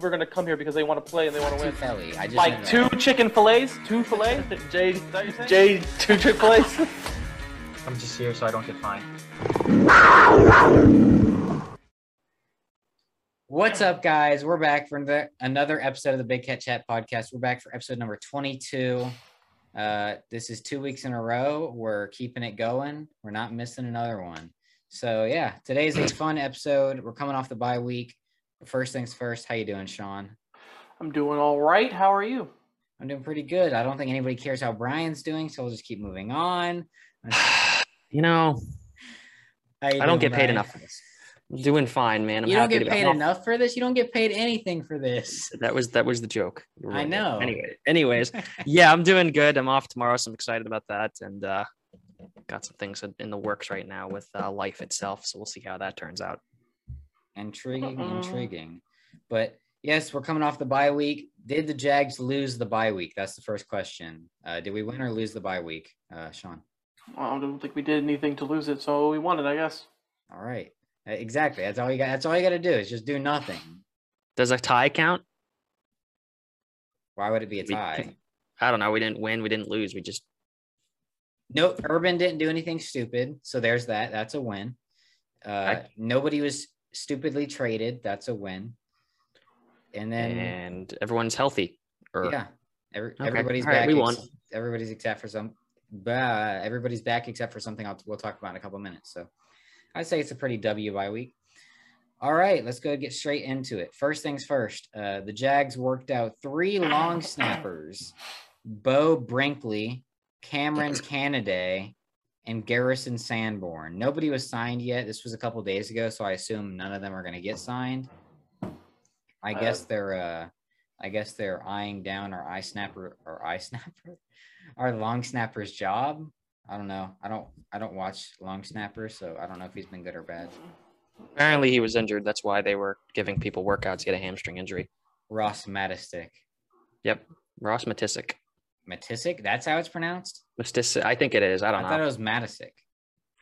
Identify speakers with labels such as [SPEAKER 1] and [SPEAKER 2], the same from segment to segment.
[SPEAKER 1] We're gonna come here because they want to play and they want to win.
[SPEAKER 2] Philly. I just
[SPEAKER 1] Like
[SPEAKER 2] know
[SPEAKER 1] two
[SPEAKER 2] that.
[SPEAKER 1] chicken fillets, two fillets. Jay,
[SPEAKER 3] that your thing?
[SPEAKER 1] Jay, two chick fillets.
[SPEAKER 3] I'm just here so I don't get fined.
[SPEAKER 2] What's up, guys? We're back for the, another episode of the Big Cat Chat podcast. We're back for episode number 22. Uh, this is two weeks in a row. We're keeping it going. We're not missing another one. So yeah, today's a fun episode. We're coming off the bye week. First things first. How you doing, Sean?
[SPEAKER 1] I'm doing all right. How are you?
[SPEAKER 2] I'm doing pretty good. I don't think anybody cares how Brian's doing, so we'll just keep moving on.
[SPEAKER 4] You know,
[SPEAKER 2] How you
[SPEAKER 4] I
[SPEAKER 2] doing,
[SPEAKER 4] don't get paid
[SPEAKER 2] Brian?
[SPEAKER 4] enough for this. I'm doing fine, man. I'm
[SPEAKER 2] you don't
[SPEAKER 4] happy
[SPEAKER 2] get
[SPEAKER 4] to be-
[SPEAKER 2] paid enough for this. You don't get paid anything for this.
[SPEAKER 4] That was that was the joke. You
[SPEAKER 2] I
[SPEAKER 4] ruined it.
[SPEAKER 2] know.
[SPEAKER 4] Anyway, anyways, yeah, I'm doing good. I'm off tomorrow, so I'm excited about that, and uh, got some things in- in the works right now with uh, life itself. So we'll see how that turns out.
[SPEAKER 2] Intriguing,
[SPEAKER 1] Uh-uh.
[SPEAKER 2] intriguing. But yes, we're coming off the bye week. Did the Jags lose the bye week? That's the first question. Uh, did we win or lose the bye week, uh, Sean?
[SPEAKER 1] Well, I don't think we did anything to lose it, so we won it, I guess.
[SPEAKER 2] All right, Uh, exactly. That's all you got. That's all you got to do is just do nothing.
[SPEAKER 4] Does a tie count?
[SPEAKER 2] Why would it be a
[SPEAKER 4] We-
[SPEAKER 2] tie?
[SPEAKER 4] I don't know. We didn't win. We didn't lose. We just
[SPEAKER 2] Nope, Urban didn't do anything stupid, so there's that. That's a win. Uh, nobody was stupidly traded. That's a win. And then
[SPEAKER 4] and everyone's healthy. Or
[SPEAKER 2] Yeah. Every,
[SPEAKER 4] Okay.
[SPEAKER 2] Everybody's
[SPEAKER 4] All right,
[SPEAKER 2] back.
[SPEAKER 4] we won.
[SPEAKER 2] ex- everybody's except for some. But everybody's back except for something I'll, we'll talk about in a couple minutes. So I'd say it's a pretty W by week. All right, let's go get straight into it. First things first. Uh, the Jags worked out three long snappers: Bo Brinkley, Cameron Canaday, and Garrison Sanborn. Nobody was signed yet. This was a couple days ago, so I assume none of them are going to get signed. I
[SPEAKER 3] Uh,
[SPEAKER 2] guess they're. Uh, I guess they're eyeing down our eye snapper or eye snapper, our long snapper's job. I don't know. I don't. I don't watch long snapper, so I don't know if he's been good or bad.
[SPEAKER 4] apparently he was injured. That's why they were giving people workouts to get a hamstring injury.
[SPEAKER 2] Ross Matisic,
[SPEAKER 4] Yep. Ross Matisic.
[SPEAKER 2] Matisic. That's how it's pronounced.
[SPEAKER 4] Matisic. I think it is. I
[SPEAKER 2] I,
[SPEAKER 4] don't
[SPEAKER 2] thought
[SPEAKER 4] know.
[SPEAKER 2] it was Matisic.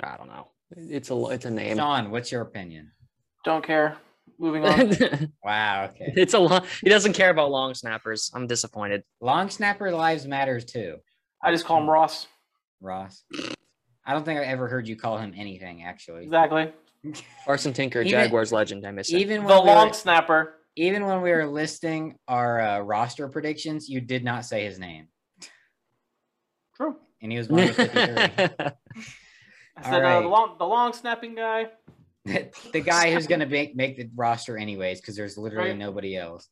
[SPEAKER 4] I don't know. It's a it's a name.
[SPEAKER 2] Sean, what's your opinion?
[SPEAKER 1] Don't care. Moving on.
[SPEAKER 4] it's
[SPEAKER 2] Wow. Okay.
[SPEAKER 4] a long. He doesn't care about long snappers. I'm disappointed.
[SPEAKER 2] long snapper lives matters too,
[SPEAKER 1] I just call him Ross.
[SPEAKER 2] Ross. I don't think I ever heard you call him anything actually.
[SPEAKER 1] Exactly.
[SPEAKER 4] Carson Tinker,
[SPEAKER 2] Even-
[SPEAKER 4] Jaguars legend. I miss him.
[SPEAKER 2] Even
[SPEAKER 1] The
[SPEAKER 2] when we
[SPEAKER 1] long
[SPEAKER 2] were,
[SPEAKER 1] snapper.
[SPEAKER 2] even when we were listing our uh, roster predictions, you did not say his name,
[SPEAKER 1] True.
[SPEAKER 2] and he was one of the 53.
[SPEAKER 1] I
[SPEAKER 2] All
[SPEAKER 1] said uh,
[SPEAKER 2] right.
[SPEAKER 1] the long, the long snapping guy.
[SPEAKER 2] the guy who's going to make, make the roster anyways because there's literally
[SPEAKER 1] Right.
[SPEAKER 2] nobody else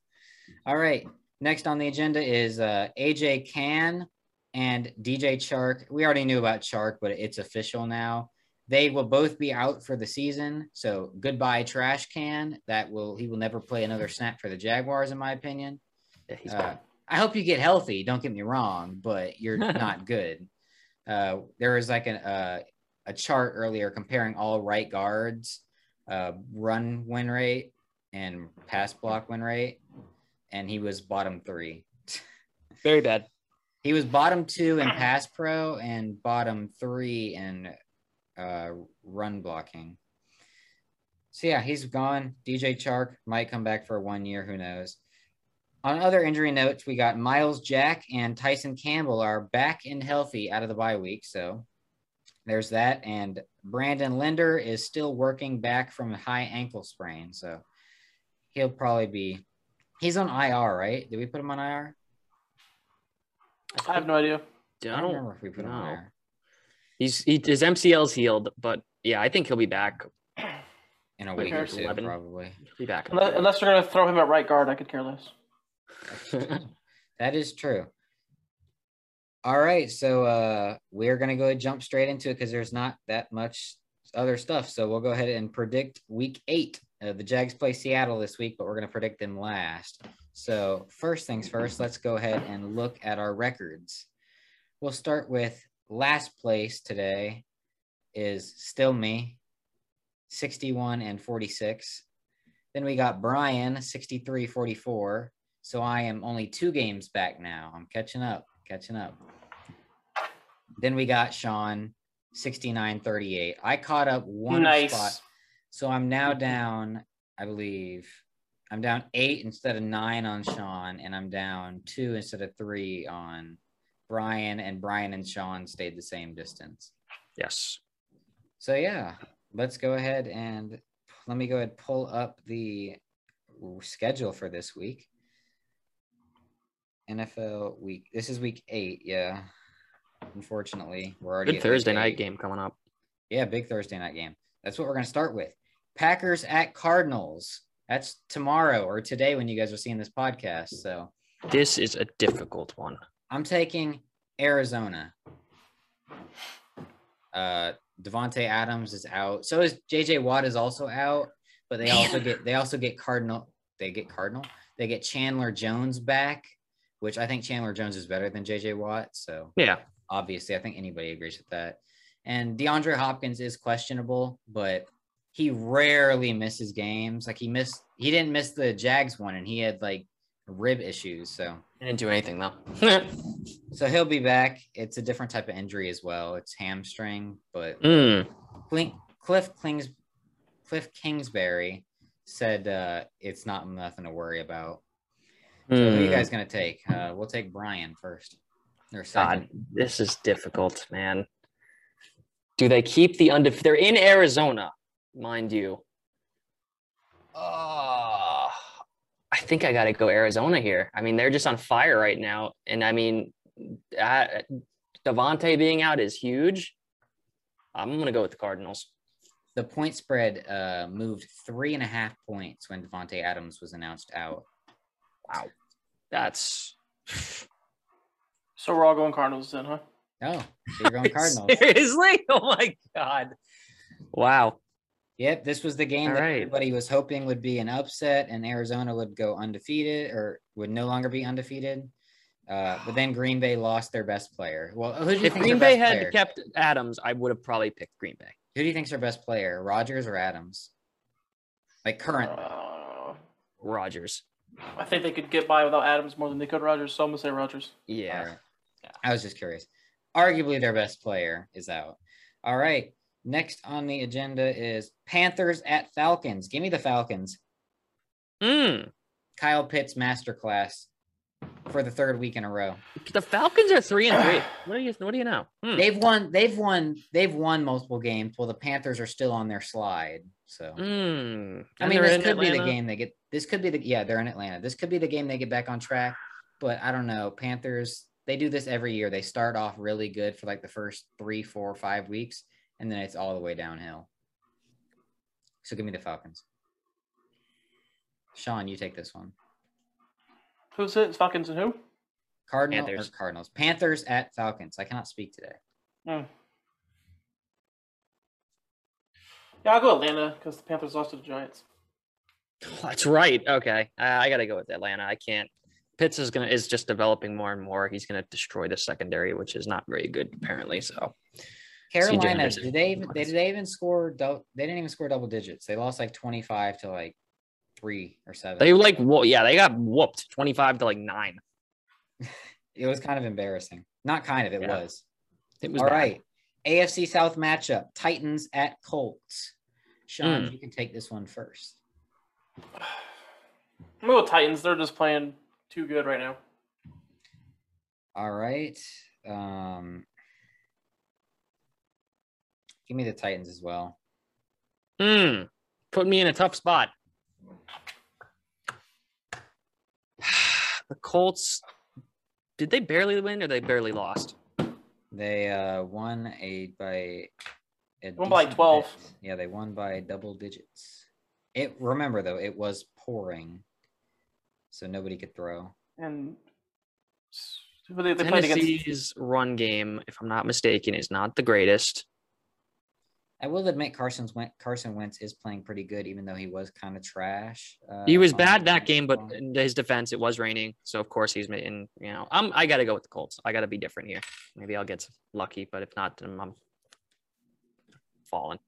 [SPEAKER 2] all right next on the agenda is uh, aj can and dj chark we already knew about chark but it's official now they will both be out for the season so goodbye trash can that will he will never play another snap for the jaguars in my opinion
[SPEAKER 4] Yeah, he's
[SPEAKER 2] uh,
[SPEAKER 4] bad.
[SPEAKER 2] I hope you get healthy. Don't get me wrong, but you're not good. Uh, there was like an, uh, a chart earlier comparing all right guards, uh, run win rate and pass block win rate, and he was bottom three.
[SPEAKER 4] very bad.
[SPEAKER 2] He was bottom two in pass pro and bottom three in uh, run blocking. So yeah, he's gone. DJ Chark might come back for one year. Who knows? On other injury notes, we got Miles Jack and Tyson Campbell are back and healthy out of the bye week. So there's that. And Brandon Linder is still working back from a high ankle sprain. So he'll probably be. He's on IR, right? Did we put him on IR?
[SPEAKER 1] I have no idea.
[SPEAKER 4] I don't.
[SPEAKER 2] remember if we put him
[SPEAKER 4] know.
[SPEAKER 2] there.
[SPEAKER 4] He's he, his MCL's healed, but yeah, I think he'll be back.
[SPEAKER 2] in a
[SPEAKER 1] Who
[SPEAKER 2] week or
[SPEAKER 1] cares?
[SPEAKER 2] two,
[SPEAKER 4] 11.
[SPEAKER 2] probably.
[SPEAKER 4] He'll be back.
[SPEAKER 1] Unless, unless they're gonna throw him at right guard, I could care less.
[SPEAKER 2] That is true. All right, so uh, we're gonna go ahead and jump straight into it because there's not that much other stuff. So we'll go ahead and predict Week Eight. Uh, the Jags play Seattle this week, but we're gonna predict them last. So first things first, let's go ahead and look at our records. We'll start with last place today is still me, 61 and 46. Then we got Brian, 63 44. So I am only two games back now. I'm catching up, catching up. Then we got Sean, 69 38. I caught up one
[SPEAKER 1] nice.
[SPEAKER 2] spot. So I'm now down, I believe. I'm down eight instead of nine on Sean, and I'm down two instead of three on Brian. And Brian and Sean stayed the same distance.
[SPEAKER 4] Yes.
[SPEAKER 2] So yeah, let's go ahead and let me go ahead and pull up the schedule for this week. NFL week. This is week eight. Yeah. Unfortunately, we're already
[SPEAKER 4] Good
[SPEAKER 2] at
[SPEAKER 4] Thursday
[SPEAKER 2] week
[SPEAKER 4] night
[SPEAKER 2] eight.
[SPEAKER 4] game coming up.
[SPEAKER 2] Yeah, big Thursday night game. That's what we're going to start with. Packers at Cardinals. That's tomorrow or today when you guys are seeing this podcast. So
[SPEAKER 4] This is a difficult one.
[SPEAKER 2] I'm taking Arizona. Uh, Devonte Adams is out. So is J.J. Watt is also out. But they also get they also get Cardinal. They get Cardinal. They get Chandler Jones back, which I think Chandler Jones is better than J.J. Watt. So
[SPEAKER 4] Yeah.
[SPEAKER 2] obviously. I think anybody agrees with that. And DeAndre Hopkins is questionable, but he rarely misses games. Like he missed, he didn't miss the Jags one, and he had like rib issues. So,
[SPEAKER 4] I didn't do anything though.
[SPEAKER 2] so he'll be back. It's a different type of injury as well. It's hamstring, but
[SPEAKER 4] mm.
[SPEAKER 2] Clink, Cliff Klings, Cliff Kingsbury said uh, it's not nothing to worry about. So who are you
[SPEAKER 4] Mm.
[SPEAKER 2] guys gonna take? Uh, we'll take Brian first. Or
[SPEAKER 4] God,
[SPEAKER 2] second.
[SPEAKER 4] this is difficult, man. Do they keep the undefe? They're in Arizona, mind you. Uh, I think I got to go Arizona here. I mean, they're just on fire right now, and I mean, uh, Devontae being out is huge. I'm gonna go with the Cardinals.
[SPEAKER 2] the point spread uh, moved three and a half points when Devonte Adams was announced out.
[SPEAKER 4] That's
[SPEAKER 1] So we're all going Cardinals then, huh?
[SPEAKER 2] Oh, so you're going Cardinals.
[SPEAKER 4] seriously. Oh my god. Wow.
[SPEAKER 2] Yep, this was the game
[SPEAKER 4] All
[SPEAKER 2] that
[SPEAKER 4] right.
[SPEAKER 2] everybody was hoping would be an upset, and Arizona would go undefeated or would no longer be undefeated. Uh, but then Green Bay lost their best player. Well, who do you
[SPEAKER 4] If
[SPEAKER 2] think their
[SPEAKER 4] Green
[SPEAKER 2] best
[SPEAKER 4] Bay had
[SPEAKER 2] player?
[SPEAKER 4] kept Adams, I would have probably picked Green Bay.
[SPEAKER 2] Who do you think's their best player, Rogers or Adams? Like current.
[SPEAKER 1] Uh,
[SPEAKER 4] Rogers.
[SPEAKER 1] I think they could get by without Adams more than they could Rogers. So I'm gonna say Rogers.
[SPEAKER 4] Yeah.
[SPEAKER 2] All right.
[SPEAKER 4] Yeah.
[SPEAKER 2] I was just curious. Arguably their best player is out. All right. Next on the agenda is Panthers at Falcons. Give me the Falcons.
[SPEAKER 4] Mm,
[SPEAKER 2] Kyle Pitts masterclass for the third week in a row.
[SPEAKER 4] the Falcons are three and three. What do you What do you know? Hmm.
[SPEAKER 2] They've won, they've won, they've won multiple games while the Panthers are still on their slide. So
[SPEAKER 4] Mm.
[SPEAKER 2] I
[SPEAKER 4] And
[SPEAKER 2] mean
[SPEAKER 4] they're
[SPEAKER 2] this
[SPEAKER 4] in
[SPEAKER 2] could be the
[SPEAKER 4] Atlanta.
[SPEAKER 2] game they get this could be the yeah, they're in Atlanta. This could be the game they get back on track, but I don't know. Panthers, they do this every year. They start off really good for like the first three, four, five weeks, and then it's all the way downhill. So give me the Falcons. Sean, you take this one.
[SPEAKER 1] Who's it? It's Falcons and who?
[SPEAKER 2] Cardinals
[SPEAKER 4] Panthers.
[SPEAKER 2] Cardinals. Panthers at Falcons. I cannot speak today.
[SPEAKER 1] Hmm. Yeah, I'll go Atlanta because the Panthers lost to the Giants.
[SPEAKER 4] That's right. Okay, uh, I got to go with Atlanta. I can't. Pitts is gonna is just developing more and more. He's gonna destroy the secondary, which is not very good apparently. So
[SPEAKER 2] Carolina,
[SPEAKER 4] Henderson.
[SPEAKER 2] did they even they, did they even score dou- they didn't even score double digits. They lost like 25 to like 3 or 7.
[SPEAKER 4] they like whoa, yeah, they got whooped twenty five to like nine.
[SPEAKER 2] it was kind of embarrassing. Not kind of, it
[SPEAKER 4] Yeah.
[SPEAKER 2] was.
[SPEAKER 4] It was
[SPEAKER 2] All right,
[SPEAKER 4] bad.
[SPEAKER 2] AFC South matchup Titans at Colts. Sean,
[SPEAKER 4] Hmm.
[SPEAKER 2] you can take this one first.
[SPEAKER 1] I'm gonna go Titans. They're just playing too good right now.
[SPEAKER 2] All right. Um, give me the Titans as well.
[SPEAKER 4] Mm, put me in a tough spot. the Colts. Did they barely win or they barely lost?
[SPEAKER 2] They uh, won a by a
[SPEAKER 1] Won by
[SPEAKER 2] decent
[SPEAKER 1] 12.
[SPEAKER 2] bit. Yeah, they won by double digits. It remember though, it was pouring, so nobody could throw.
[SPEAKER 1] And s- who they, they played against
[SPEAKER 4] Tennessee's run game, if I'm not mistaken, is not the greatest.
[SPEAKER 2] I will admit Carson's went Carson Wentz is playing pretty good, even though he was kind of trash. Uh,
[SPEAKER 4] He was
[SPEAKER 2] on
[SPEAKER 4] bad
[SPEAKER 2] the
[SPEAKER 1] um,
[SPEAKER 4] that game, but Hmm.
[SPEAKER 2] phone.
[SPEAKER 4] in his defense, it was raining, so of course he's in. You know, I'm. I gotta go with the Colts. I gotta be different here. Maybe I'll get lucky, but if not, then I'm falling.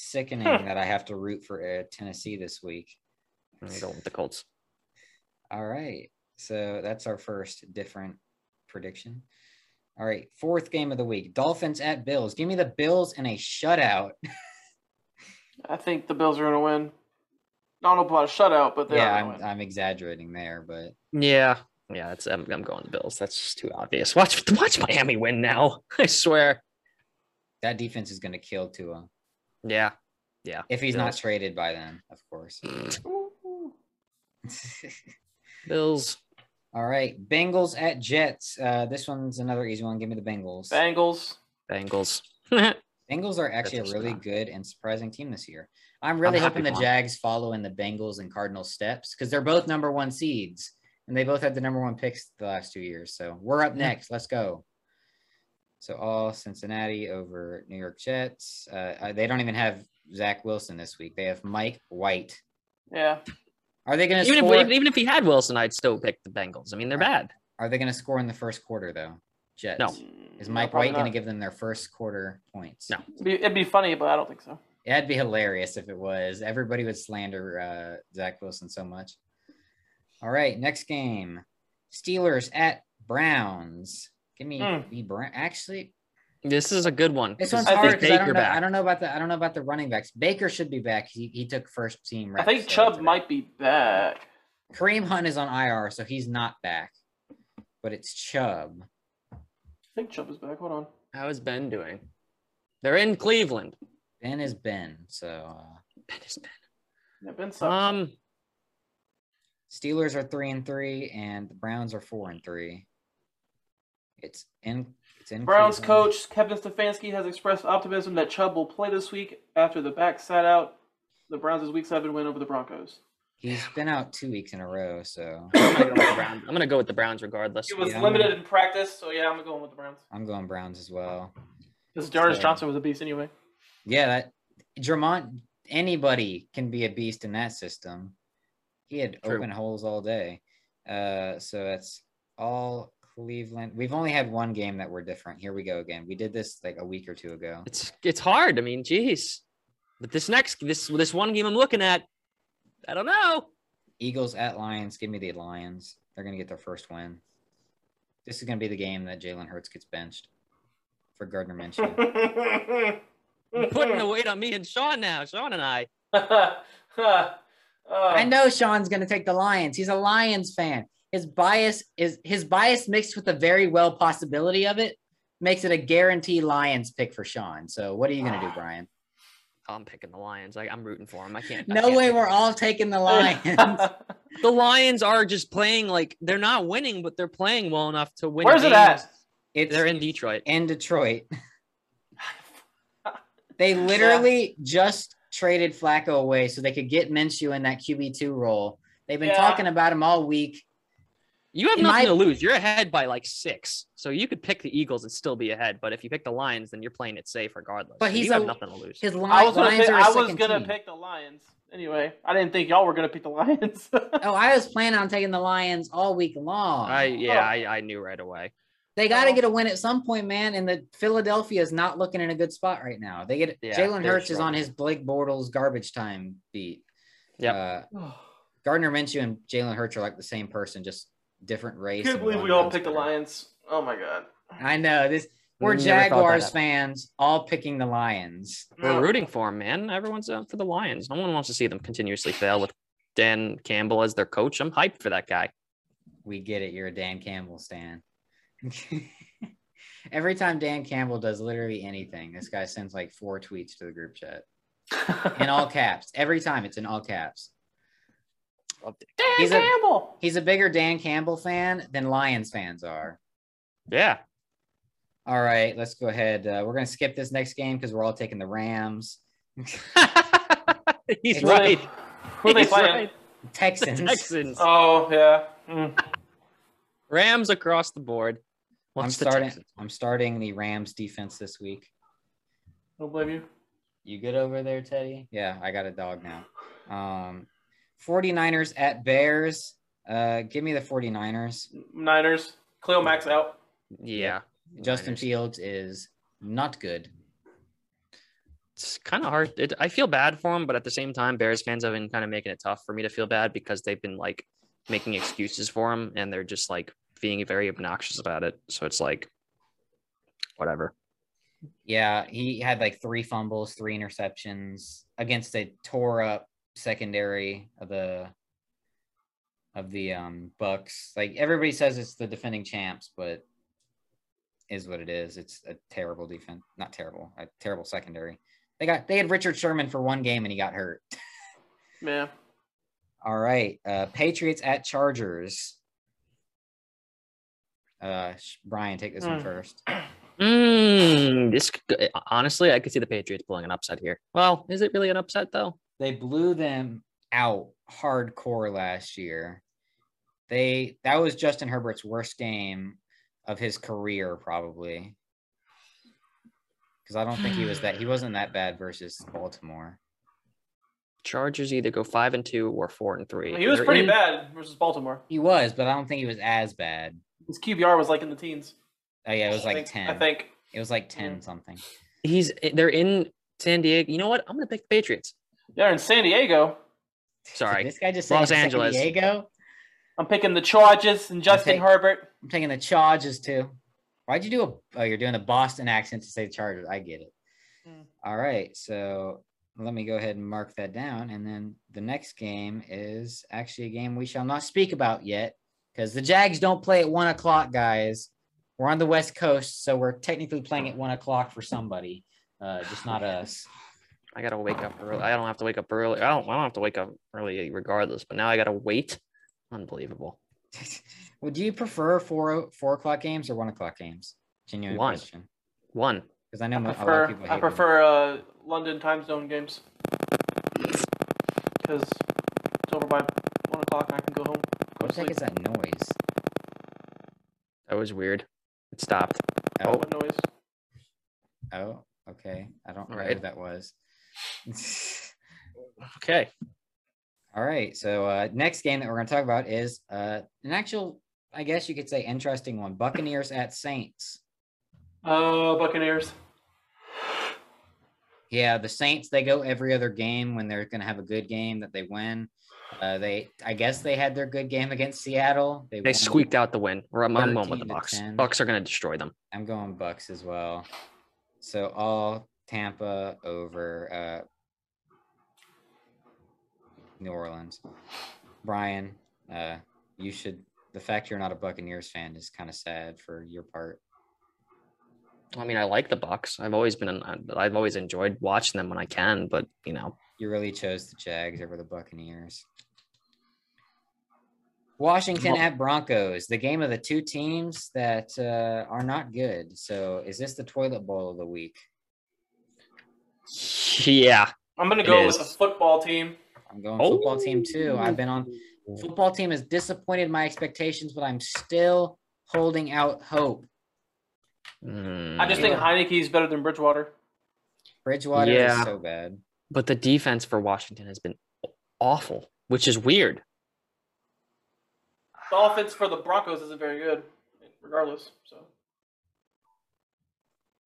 [SPEAKER 2] sickening
[SPEAKER 1] Huh.
[SPEAKER 2] that I have to root for uh, Tennessee this week.
[SPEAKER 4] I'm gonna go with the Colts.
[SPEAKER 2] All right. So that's our first different prediction. All right. Fourth game of the week Dolphins at Bills. Give me the Bills in a shutout.
[SPEAKER 1] I think the Bills are going to win. Donald bought a shutout, but they're
[SPEAKER 2] yeah,
[SPEAKER 1] not gonna
[SPEAKER 2] I'm,
[SPEAKER 1] win.
[SPEAKER 2] I'm exaggerating there, but
[SPEAKER 4] Yeah. Yeah, that's I'm, I'm going the Bills. That's just too obvious. Watch watch Miami win now. I swear.
[SPEAKER 2] that defense is going to kill Tua
[SPEAKER 4] Yeah. Yeah.
[SPEAKER 2] if he's not
[SPEAKER 4] Bills.
[SPEAKER 2] traded by then, of course.
[SPEAKER 1] Ooh.
[SPEAKER 4] Bills.
[SPEAKER 2] All right, Bengals at Jets. Uh, this one's another easy one. Give me the Bengals.
[SPEAKER 1] Bengals.
[SPEAKER 4] Bengals.
[SPEAKER 2] Bengals are actually
[SPEAKER 4] That's
[SPEAKER 2] a really
[SPEAKER 4] not-
[SPEAKER 2] good and surprising team this year. I'm really
[SPEAKER 4] happy
[SPEAKER 2] hoping the
[SPEAKER 4] for 'em.
[SPEAKER 2] Jags follow in the Bengals and Cardinals steps because they're both number one seeds and they both had the number one picks the last two years. So we're up next. Let's go. So all Cincinnati over New York Jets. Uh, Uh, they don't even have Zach Wilson this week. They have Mike White.
[SPEAKER 1] Yeah.
[SPEAKER 2] Are they going to
[SPEAKER 4] even,
[SPEAKER 2] score?
[SPEAKER 4] if, even if he had Wilson, I'd still pick the Bengals. I mean, they're bad.
[SPEAKER 2] Are they going to score in the first quarter though? Jets.
[SPEAKER 4] No.
[SPEAKER 2] Is Mike White going to give them their first quarter points?
[SPEAKER 4] No.
[SPEAKER 1] It'd be, it'd be funny, but I don't think so.
[SPEAKER 2] That'd be hilarious if it was. Everybody would slander uh, Zach Wilson so much. All right, next game: Steelers at Browns. Give me
[SPEAKER 1] Mm.
[SPEAKER 2] the Brown. Actually,
[SPEAKER 4] This is a good one.
[SPEAKER 2] this one's
[SPEAKER 4] because
[SPEAKER 1] I
[SPEAKER 2] hard
[SPEAKER 1] think
[SPEAKER 2] because I don't
[SPEAKER 4] Baker
[SPEAKER 2] know.
[SPEAKER 4] back.
[SPEAKER 2] I don't know about the. I don't know about the running backs. Baker should be back. He, he took first
[SPEAKER 1] I
[SPEAKER 2] team. reps,
[SPEAKER 1] think
[SPEAKER 2] so
[SPEAKER 1] Chubb
[SPEAKER 2] it's-
[SPEAKER 1] might be back.
[SPEAKER 2] Kareem Hunt is on IR, so he's not back. But it's Chubb.
[SPEAKER 1] I think Chubb is back. Hold on.
[SPEAKER 4] How is Ben doing? They're in Cleveland.
[SPEAKER 2] Ben is Ben. So uh,
[SPEAKER 4] Ben is Ben.
[SPEAKER 1] Yeah, Ben sucks.
[SPEAKER 4] Um,
[SPEAKER 2] Steelers are three and three, and the Browns are four and three. It's in. It's in.
[SPEAKER 1] Browns
[SPEAKER 2] Cleveland.
[SPEAKER 1] coach Kevin Stefanski has expressed optimism that Chubb will play this week after the back sat out the Browns' week seven win over the Broncos.
[SPEAKER 2] He's been out two weeks in a row, so
[SPEAKER 4] I'm gonna go with the Browns. I'm gonna go with the Browns regardless.
[SPEAKER 1] He was
[SPEAKER 2] Yeah.
[SPEAKER 1] limited in practice, so yeah, I'm going with the Browns.
[SPEAKER 2] I'm going Browns as well.
[SPEAKER 1] Because Jarvis
[SPEAKER 2] So-
[SPEAKER 1] Johnson was a beast anyway.
[SPEAKER 2] Yeah, that Dramont, anybody can be a beast in that system. He had
[SPEAKER 4] True.
[SPEAKER 2] open holes all day. Uh, so that's all Cleveland. We've only had one game that we're different. Here we go again. We did this like a week or two ago.
[SPEAKER 4] It's it's hard. I mean, geez. But this next this this one game I'm looking at, I don't know.
[SPEAKER 2] Eagles at Lions. Give me the Lions. They're going to get their first win. This is going to be the game that Jalen Hurts gets benched for Gardner Minshew.
[SPEAKER 4] You're putting the weight on me and Sean now. Sean and I.
[SPEAKER 2] I know Sean's going to take the Lions. He's a Lions fan. His bias is his bias mixed with the very well possibility of it makes it a guarantee Lions pick for Sean. So what are you going to do, Brian?
[SPEAKER 4] Oh, I'm picking the Lions. Like I'm rooting for them. I can't. I
[SPEAKER 2] No
[SPEAKER 4] can't
[SPEAKER 2] way
[SPEAKER 4] pick
[SPEAKER 2] we're
[SPEAKER 4] them.
[SPEAKER 2] all taking
[SPEAKER 1] Oh.
[SPEAKER 2] the Lions.
[SPEAKER 4] The Lions are just playing like they're not winning, but they're playing well enough to win.
[SPEAKER 1] Where's it
[SPEAKER 4] games.
[SPEAKER 1] at?
[SPEAKER 2] It's
[SPEAKER 4] They're in Detroit.
[SPEAKER 2] in Detroit. They literally just traded Flacco away so they could get Minshew in that QB2 role. They've been
[SPEAKER 1] Yeah.
[SPEAKER 2] talking about him all week.
[SPEAKER 4] You have
[SPEAKER 2] In
[SPEAKER 4] nothing
[SPEAKER 2] my-
[SPEAKER 4] to lose. You're ahead by like six, so you could pick the Eagles and still be ahead. But if you pick the Lions, then you're playing it safe regardless.
[SPEAKER 2] But
[SPEAKER 4] So
[SPEAKER 2] he's
[SPEAKER 4] you have
[SPEAKER 2] a-
[SPEAKER 4] nothing to lose.
[SPEAKER 2] His li-
[SPEAKER 1] I was gonna,
[SPEAKER 2] Lions
[SPEAKER 1] pick,
[SPEAKER 2] are a
[SPEAKER 1] I was
[SPEAKER 2] second
[SPEAKER 1] gonna
[SPEAKER 2] team.
[SPEAKER 1] pick the Lions anyway. I didn't think y'all were gonna pick the Lions.
[SPEAKER 2] Oh, I was planning on taking the Lions all week long.
[SPEAKER 4] I yeah,
[SPEAKER 1] Oh.
[SPEAKER 4] I, I knew right away.
[SPEAKER 2] They got to
[SPEAKER 1] Well-
[SPEAKER 2] get a win at some point, man. And the Philadelphia is not looking in a good spot right now. They get
[SPEAKER 4] Yeah,
[SPEAKER 2] Jalen
[SPEAKER 4] they're
[SPEAKER 2] Hurts is on
[SPEAKER 4] struggling.
[SPEAKER 2] his Blake Bortles garbage time beat.
[SPEAKER 4] Yep.
[SPEAKER 2] Uh, Gardner Minshew and Jalen Hurts are like the same person, just different race.
[SPEAKER 1] Can't
[SPEAKER 2] and
[SPEAKER 1] believe
[SPEAKER 2] one
[SPEAKER 1] we all
[SPEAKER 2] runs
[SPEAKER 1] picked the
[SPEAKER 2] better.
[SPEAKER 1] Lions. Oh my god.
[SPEAKER 2] I know this. We're
[SPEAKER 4] Mm, Never thought that
[SPEAKER 2] Jaguars
[SPEAKER 4] up.
[SPEAKER 2] fans, all picking the Lions.
[SPEAKER 4] We're rooting for him, man. Everyone's up for the Lions. No one wants to see them continuously fail with Dan Campbell as their coach. I'm hyped for that guy.
[SPEAKER 2] We get it. You're a Dan Campbell stan. Every time Dan Campbell does literally anything, this guy sends like four tweets to the group chat in all caps. Every time it's in all caps.
[SPEAKER 1] Dan
[SPEAKER 2] He's a-
[SPEAKER 1] Campbell.
[SPEAKER 2] He's a bigger Dan Campbell fan than Lions fans are.
[SPEAKER 4] Yeah.
[SPEAKER 2] All right, let's go ahead. Uh, we're going to skip this next game because we're all taking the Rams, It's
[SPEAKER 4] he's
[SPEAKER 1] Who are they-
[SPEAKER 4] right.
[SPEAKER 1] Who are they
[SPEAKER 4] He's
[SPEAKER 1] playing?
[SPEAKER 4] right. The
[SPEAKER 2] Texans.
[SPEAKER 4] Texans.
[SPEAKER 1] Oh yeah. Mm.
[SPEAKER 4] Rams across the board.
[SPEAKER 2] I'm
[SPEAKER 4] What's the
[SPEAKER 2] starting.
[SPEAKER 4] Texans?
[SPEAKER 2] I'm starting the Rams defense this week.
[SPEAKER 1] Don't blame you.
[SPEAKER 2] You good over there, Teddy? Yeah, I got a dog now. Um, 49ers at Bears. Uh, give me the 49ers.
[SPEAKER 1] Niners. Cleo Max out.
[SPEAKER 4] Yeah.
[SPEAKER 2] Justin
[SPEAKER 4] Niners.
[SPEAKER 2] Fields is not good.
[SPEAKER 4] it's kind of hard. It, I feel bad for them, but at the same time, Bears fans have been kind of making it tough for me to feel bad because they've been like making excuses for him and they're just like being very obnoxious about it. So it's like, whatever.
[SPEAKER 2] Yeah, he had like three fumbles, three interceptions against a tore up secondary of the of the um Bucks. Like everybody says it's the defending champs, but is what it is. It's a terrible defense. Not terrible, a terrible secondary. They got they had Richard Sherman for one game and he got hurt.
[SPEAKER 1] Yeah.
[SPEAKER 2] All right. Uh Patriots at Chargers. Uh sh- Brian, take this one
[SPEAKER 1] Hmm.
[SPEAKER 2] first.
[SPEAKER 4] Mm, this could- honestly, I could see the Patriots pulling an upset here. Well, is it really an upset though?
[SPEAKER 2] They blew them out hardcore last year. They that was Justin Herbert's worst game of his career, probably. Because I don't think he was that he wasn't that bad versus Baltimore.
[SPEAKER 4] Chargers either go five and two or four and three.
[SPEAKER 1] He was
[SPEAKER 4] They're
[SPEAKER 1] pretty
[SPEAKER 4] in-
[SPEAKER 1] bad versus Baltimore.
[SPEAKER 2] He was, but I don't think he was as bad.
[SPEAKER 1] His QBR was like in the teens.
[SPEAKER 2] Oh yeah, it was
[SPEAKER 1] I
[SPEAKER 2] like
[SPEAKER 1] think-
[SPEAKER 2] ten.
[SPEAKER 1] I think.
[SPEAKER 2] it was like
[SPEAKER 4] Hmm.
[SPEAKER 2] ten something.
[SPEAKER 4] He's they're in San Diego. You know what? I'm gonna pick the Patriots.
[SPEAKER 1] They're in San Diego.
[SPEAKER 4] Sorry.
[SPEAKER 2] Did this guy just
[SPEAKER 4] Los
[SPEAKER 2] said
[SPEAKER 4] Angeles.
[SPEAKER 2] San Diego.
[SPEAKER 1] I'm picking the Chargers and Justin
[SPEAKER 2] Okay.
[SPEAKER 1] Herbert.
[SPEAKER 2] I'm taking the Chargers too. Why'd you do a? Oh, you're doing a Boston accent to say Chargers. I get it.
[SPEAKER 1] Mm.
[SPEAKER 2] All right, so let me go ahead and mark that down, and then the next game is actually a game we shall not speak about yet because the Jags don't play at one o'clock, guys. We're on the West Coast, so we're technically playing at one o'clock for somebody, uh, just not us.
[SPEAKER 4] I gotta wake up early. I don't have to wake up early. I don't. I don't have to wake up early regardless. But now I gotta wait. Unbelievable.
[SPEAKER 2] Would you prefer four four o'clock games or one o'clock games? Genuine
[SPEAKER 4] One.
[SPEAKER 2] question.
[SPEAKER 4] One.
[SPEAKER 2] Because I know
[SPEAKER 1] I
[SPEAKER 2] mo- a lot of
[SPEAKER 1] prefer,
[SPEAKER 2] people. hate
[SPEAKER 1] I
[SPEAKER 2] them.
[SPEAKER 1] prefer uh, London time zone games. Because it's over by 1 o'clock and I can go home. Go
[SPEAKER 2] What
[SPEAKER 1] to
[SPEAKER 2] the heck
[SPEAKER 1] sleep.
[SPEAKER 2] is that noise?
[SPEAKER 4] That was weird. It stopped.
[SPEAKER 2] Oh,
[SPEAKER 1] What noise?
[SPEAKER 2] oh, okay. I don't know
[SPEAKER 4] Right.
[SPEAKER 2] what that was.
[SPEAKER 4] Okay.
[SPEAKER 2] All right. So uh, next game that we're going to talk about is uh, an actual, I guess you could say, interesting one: Buccaneers at Saints.
[SPEAKER 1] Oh, Buccaneers.
[SPEAKER 2] Yeah, the Saints they go every other game when they're going to have a good game that they win. Uh, they, I guess, they had their good game against Seattle.
[SPEAKER 4] They
[SPEAKER 2] won.
[SPEAKER 4] squeaked out the win. We're I'm I'm going
[SPEAKER 2] 13
[SPEAKER 4] with the
[SPEAKER 2] to
[SPEAKER 4] Bucks.
[SPEAKER 2] 10.
[SPEAKER 4] Bucks are gonna destroy them.
[SPEAKER 2] I'm going Bucks as well. So all Tampa over uh, New Orleans. Brian, uh, you should. The fact you're not a Buccaneers fan is kind of sad for your part.
[SPEAKER 4] I mean, I like the Bucks. I've always been. an- I've always enjoyed watching them when I can. But you know,
[SPEAKER 2] You really chose the Jags over the Buccaneers. Washington
[SPEAKER 4] Mo-
[SPEAKER 2] at Broncos, the game of the two teams that uh, are not good. So, is this the toilet bowl of the week?
[SPEAKER 4] yeah.
[SPEAKER 1] I'm going
[SPEAKER 4] It
[SPEAKER 1] to go with
[SPEAKER 4] is.
[SPEAKER 1] the football team.
[SPEAKER 2] I'm going
[SPEAKER 4] Oh.
[SPEAKER 2] football team too. I've been on football team has disappointed my expectations, but I'm still holding out hope.
[SPEAKER 4] Mm.
[SPEAKER 1] I just
[SPEAKER 2] Mm-hmm.
[SPEAKER 1] think Heineke is better than Bridgewater.
[SPEAKER 2] Bridgewater
[SPEAKER 4] Yeah.
[SPEAKER 2] is so bad.
[SPEAKER 4] But the defense for Washington has been awful, which is weird.
[SPEAKER 1] The offense for the Broncos isn't very good, regardless. So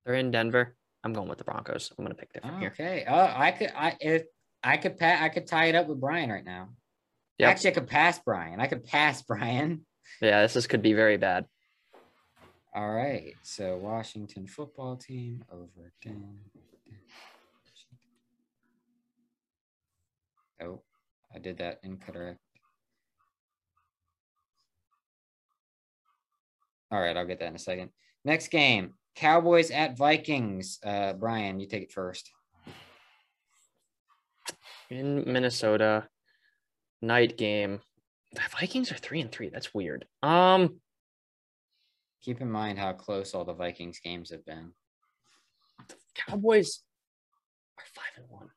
[SPEAKER 4] They're in Denver. I'm going with the Broncos. I'm gonna pick different here.
[SPEAKER 2] Okay. Oh, I could I if I could pat I could tie it up with Brian right now.
[SPEAKER 4] Yep.
[SPEAKER 2] Actually, I could pass Brian. I could pass Brian.
[SPEAKER 4] Yeah, this is, could be very bad.
[SPEAKER 2] All right. So Washington football team over again. Oh, I did that incorrect. All right, I'll get that in a second. Next game, Cowboys at Vikings. Uh, Brian, you take it first.
[SPEAKER 4] in Minnesota, night game. The Vikings are three and three. That's weird. Um,
[SPEAKER 2] Keep in mind how close all the Vikings games have been.
[SPEAKER 4] Cowboys are five and one.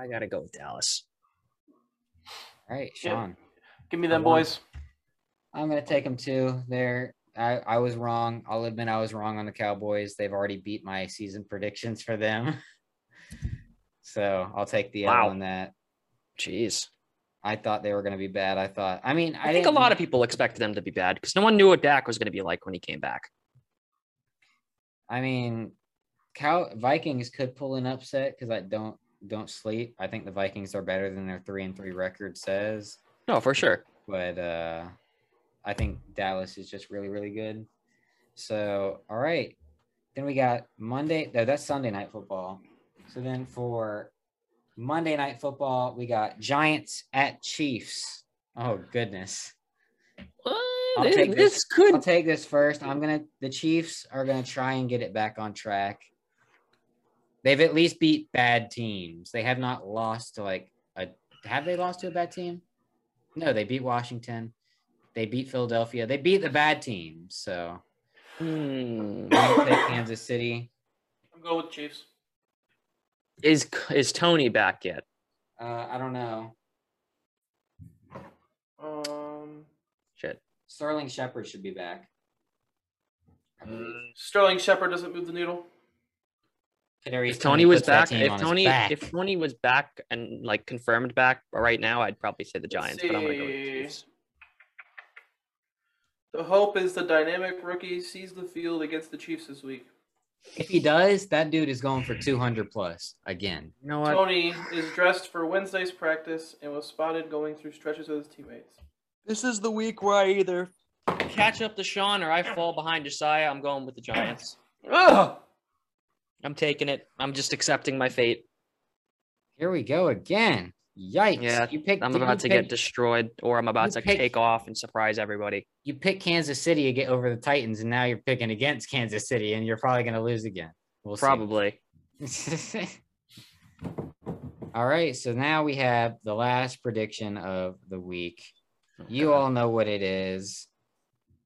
[SPEAKER 4] I gotta go with Dallas.
[SPEAKER 2] All right,
[SPEAKER 1] Yeah.
[SPEAKER 2] Sean.
[SPEAKER 1] give me
[SPEAKER 4] I
[SPEAKER 2] Mm-hmm.
[SPEAKER 1] them
[SPEAKER 4] want-
[SPEAKER 1] boys.
[SPEAKER 2] I'm gonna take them too. There, I, I was wrong. I'll admit I was wrong on the Cowboys. They've already beat my season predictions for them, so I'll take the
[SPEAKER 4] Wow.
[SPEAKER 2] L on that.
[SPEAKER 4] Jeez,
[SPEAKER 2] I thought they were gonna be bad. I thought. I mean,
[SPEAKER 4] I, think a
[SPEAKER 2] didn't-
[SPEAKER 4] lot of people expected them to be bad because no one knew what Dak was going to be like when he came back.
[SPEAKER 2] I mean, cow Vikings could pull an upset because I don't don't sleep. I think the Vikings are better than their three and three record says,
[SPEAKER 4] No, for sure.
[SPEAKER 2] but uh, I think Dallas is just really really good. So all right, then we got Monday. No, that's Sunday night football. So then for Monday night football, we got Giants at Chiefs. Oh goodness. I'll
[SPEAKER 4] this,
[SPEAKER 2] take
[SPEAKER 4] this
[SPEAKER 2] this.
[SPEAKER 4] could
[SPEAKER 2] I'll take this first. I'm gonna the Chiefs are gonna try and get it back on track. They've at least beat bad teams. They have not lost to like a have they lost to a bad team? No, they beat Washington. They beat Philadelphia. They beat the bad teams. So I'm
[SPEAKER 4] Hmm.
[SPEAKER 2] gonna take Kansas City.
[SPEAKER 1] I'm going with the Chiefs.
[SPEAKER 4] is is Tony back yet?
[SPEAKER 2] Uh, I don't know.
[SPEAKER 1] Um,
[SPEAKER 4] Shit.
[SPEAKER 2] Sterling Shepard should be back. I believe.
[SPEAKER 1] Sterling Shepard doesn't move the needle.
[SPEAKER 2] Kadarius
[SPEAKER 4] If Tony was
[SPEAKER 2] puts that
[SPEAKER 4] back,
[SPEAKER 2] team on
[SPEAKER 4] if
[SPEAKER 2] his
[SPEAKER 4] Tony
[SPEAKER 2] back.
[SPEAKER 4] if Tony was back and like confirmed back right now, I'd probably say the Giants, but I'm gonna go with the
[SPEAKER 1] see.
[SPEAKER 4] Chiefs.
[SPEAKER 1] The hope is the dynamic rookie sees the field against the Chiefs this week.
[SPEAKER 2] if he does, that dude is going for 200 plus again.
[SPEAKER 4] You know what?
[SPEAKER 1] Tony is dressed for Wednesday's practice and was spotted going through stretches with his teammates.
[SPEAKER 5] This is the week where I either
[SPEAKER 4] Catch up to Sean or I fall behind Josiah. I'm going with the Giants.
[SPEAKER 1] Ugh!
[SPEAKER 4] I'm taking it. I'm just accepting my fate.
[SPEAKER 2] Here we go again. Yikes!
[SPEAKER 4] Yeah,
[SPEAKER 2] you picked.
[SPEAKER 4] I'm
[SPEAKER 2] didn't
[SPEAKER 4] about
[SPEAKER 2] you
[SPEAKER 4] to
[SPEAKER 2] pick,
[SPEAKER 4] get destroyed, or I'm about
[SPEAKER 2] You
[SPEAKER 4] to
[SPEAKER 2] pick-
[SPEAKER 4] take off and surprise everybody.
[SPEAKER 2] You picked Kansas City to get over the Titans, and now you're picking against Kansas City, and you're probably going to lose again. We'll see.
[SPEAKER 4] Probably.
[SPEAKER 2] all right. So now we have the last prediction of the week. You
[SPEAKER 4] Okay.
[SPEAKER 2] all know what it is.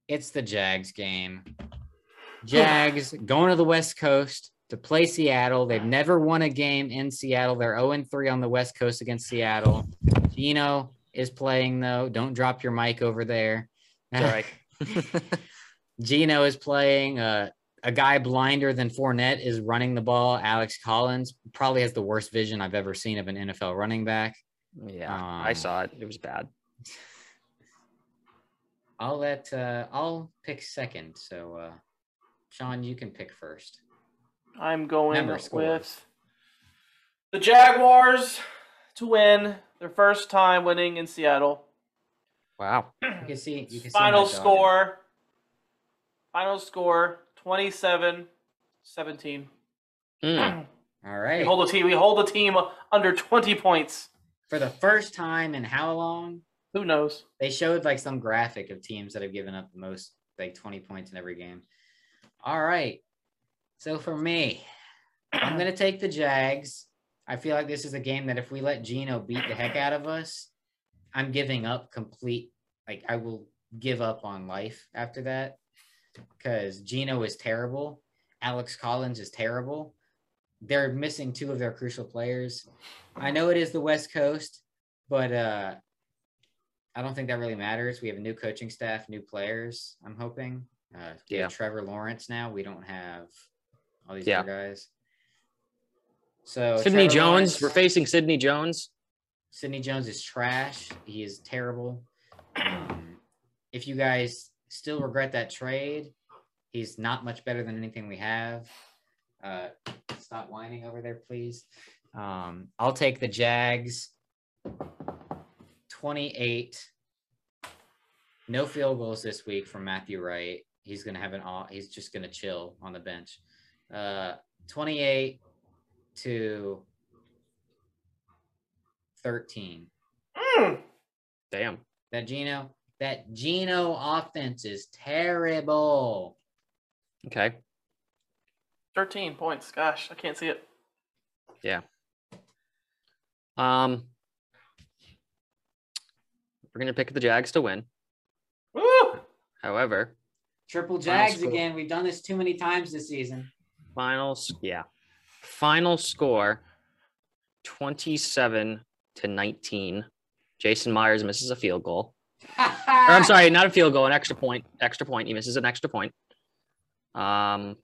[SPEAKER 2] It's the Jags game. Jags going to the West Coast to play Seattle. They've never won a game in Seattle. They're 0 3 on the West Coast against Seattle. Gino is playing, though. Don't drop your mic over there.
[SPEAKER 4] It's all right.
[SPEAKER 2] Gino is playing. Uh, a guy blinder than Fournette is running the ball. Alex Collins probably has the worst vision I've ever seen of an NFL running back.
[SPEAKER 4] Yeah, I
[SPEAKER 2] Um,
[SPEAKER 4] saw it. It was bad.
[SPEAKER 2] I'll let uh, I'll pick second. So uh, Sean, you can pick first.
[SPEAKER 1] I'm going
[SPEAKER 2] Number
[SPEAKER 1] with
[SPEAKER 2] scores.
[SPEAKER 1] the Jaguars to win their first time winning in Seattle.
[SPEAKER 4] Wow.
[SPEAKER 2] You can see. You can
[SPEAKER 1] final
[SPEAKER 2] see my dog.
[SPEAKER 1] score. Final score 27 17.
[SPEAKER 4] Mm.
[SPEAKER 2] Hmm. All
[SPEAKER 1] We
[SPEAKER 2] right.
[SPEAKER 1] hold the team. We hold the team under 20 points.
[SPEAKER 2] For the first time in how long?
[SPEAKER 1] Who knows?
[SPEAKER 2] They showed like some graphic of teams that have given up the most, like twenty points in every game. All right. So for me, I'm gonna take the Jags. I feel like this is a game that if we let Gino beat the heck out of us, I'm giving up complete. Like I will give up on life after that because Gino is terrible. Alex Collins is terrible. They're missing two of their crucial players. I know it is the West Coast, but uh, I don't think that really matters. We have a new coaching staff, new players. I'm hoping. Uh, we have Trevor Lawrence now. We don't have all these
[SPEAKER 4] Yeah.
[SPEAKER 2] other guys. So
[SPEAKER 4] Sidney
[SPEAKER 2] Trevor
[SPEAKER 4] Jones.
[SPEAKER 2] Lawrence-
[SPEAKER 4] We're facing Sidney Jones.
[SPEAKER 2] Sidney Jones is trash. He is terrible. Um, if you guys still regret that trade, he's not much better than anything we have. Uh, stop whining over there, please. Um, I'll take the Jags 28. No field goals this week from Matthew Wright. He's going to have an all, he's just going to chill on the bench. Uh, 28 to 13.
[SPEAKER 1] Hmm.
[SPEAKER 4] Damn.
[SPEAKER 2] That Gino, that Gino offense is terrible.
[SPEAKER 4] Okay.
[SPEAKER 1] 13 points. Gosh, I can't see it.
[SPEAKER 4] Um, we're gonna pick the Jags to win.
[SPEAKER 1] Woo!
[SPEAKER 4] However,
[SPEAKER 2] Triple
[SPEAKER 4] Final
[SPEAKER 2] Jags
[SPEAKER 4] score.
[SPEAKER 2] again. We've done this too many times this season.
[SPEAKER 4] finals, yeah, final score, twenty-seven to nineteen. Jason Myers misses a field goal. Or, I'm sorry, not a field goal, an extra point. Extra point. He misses an extra point. Um,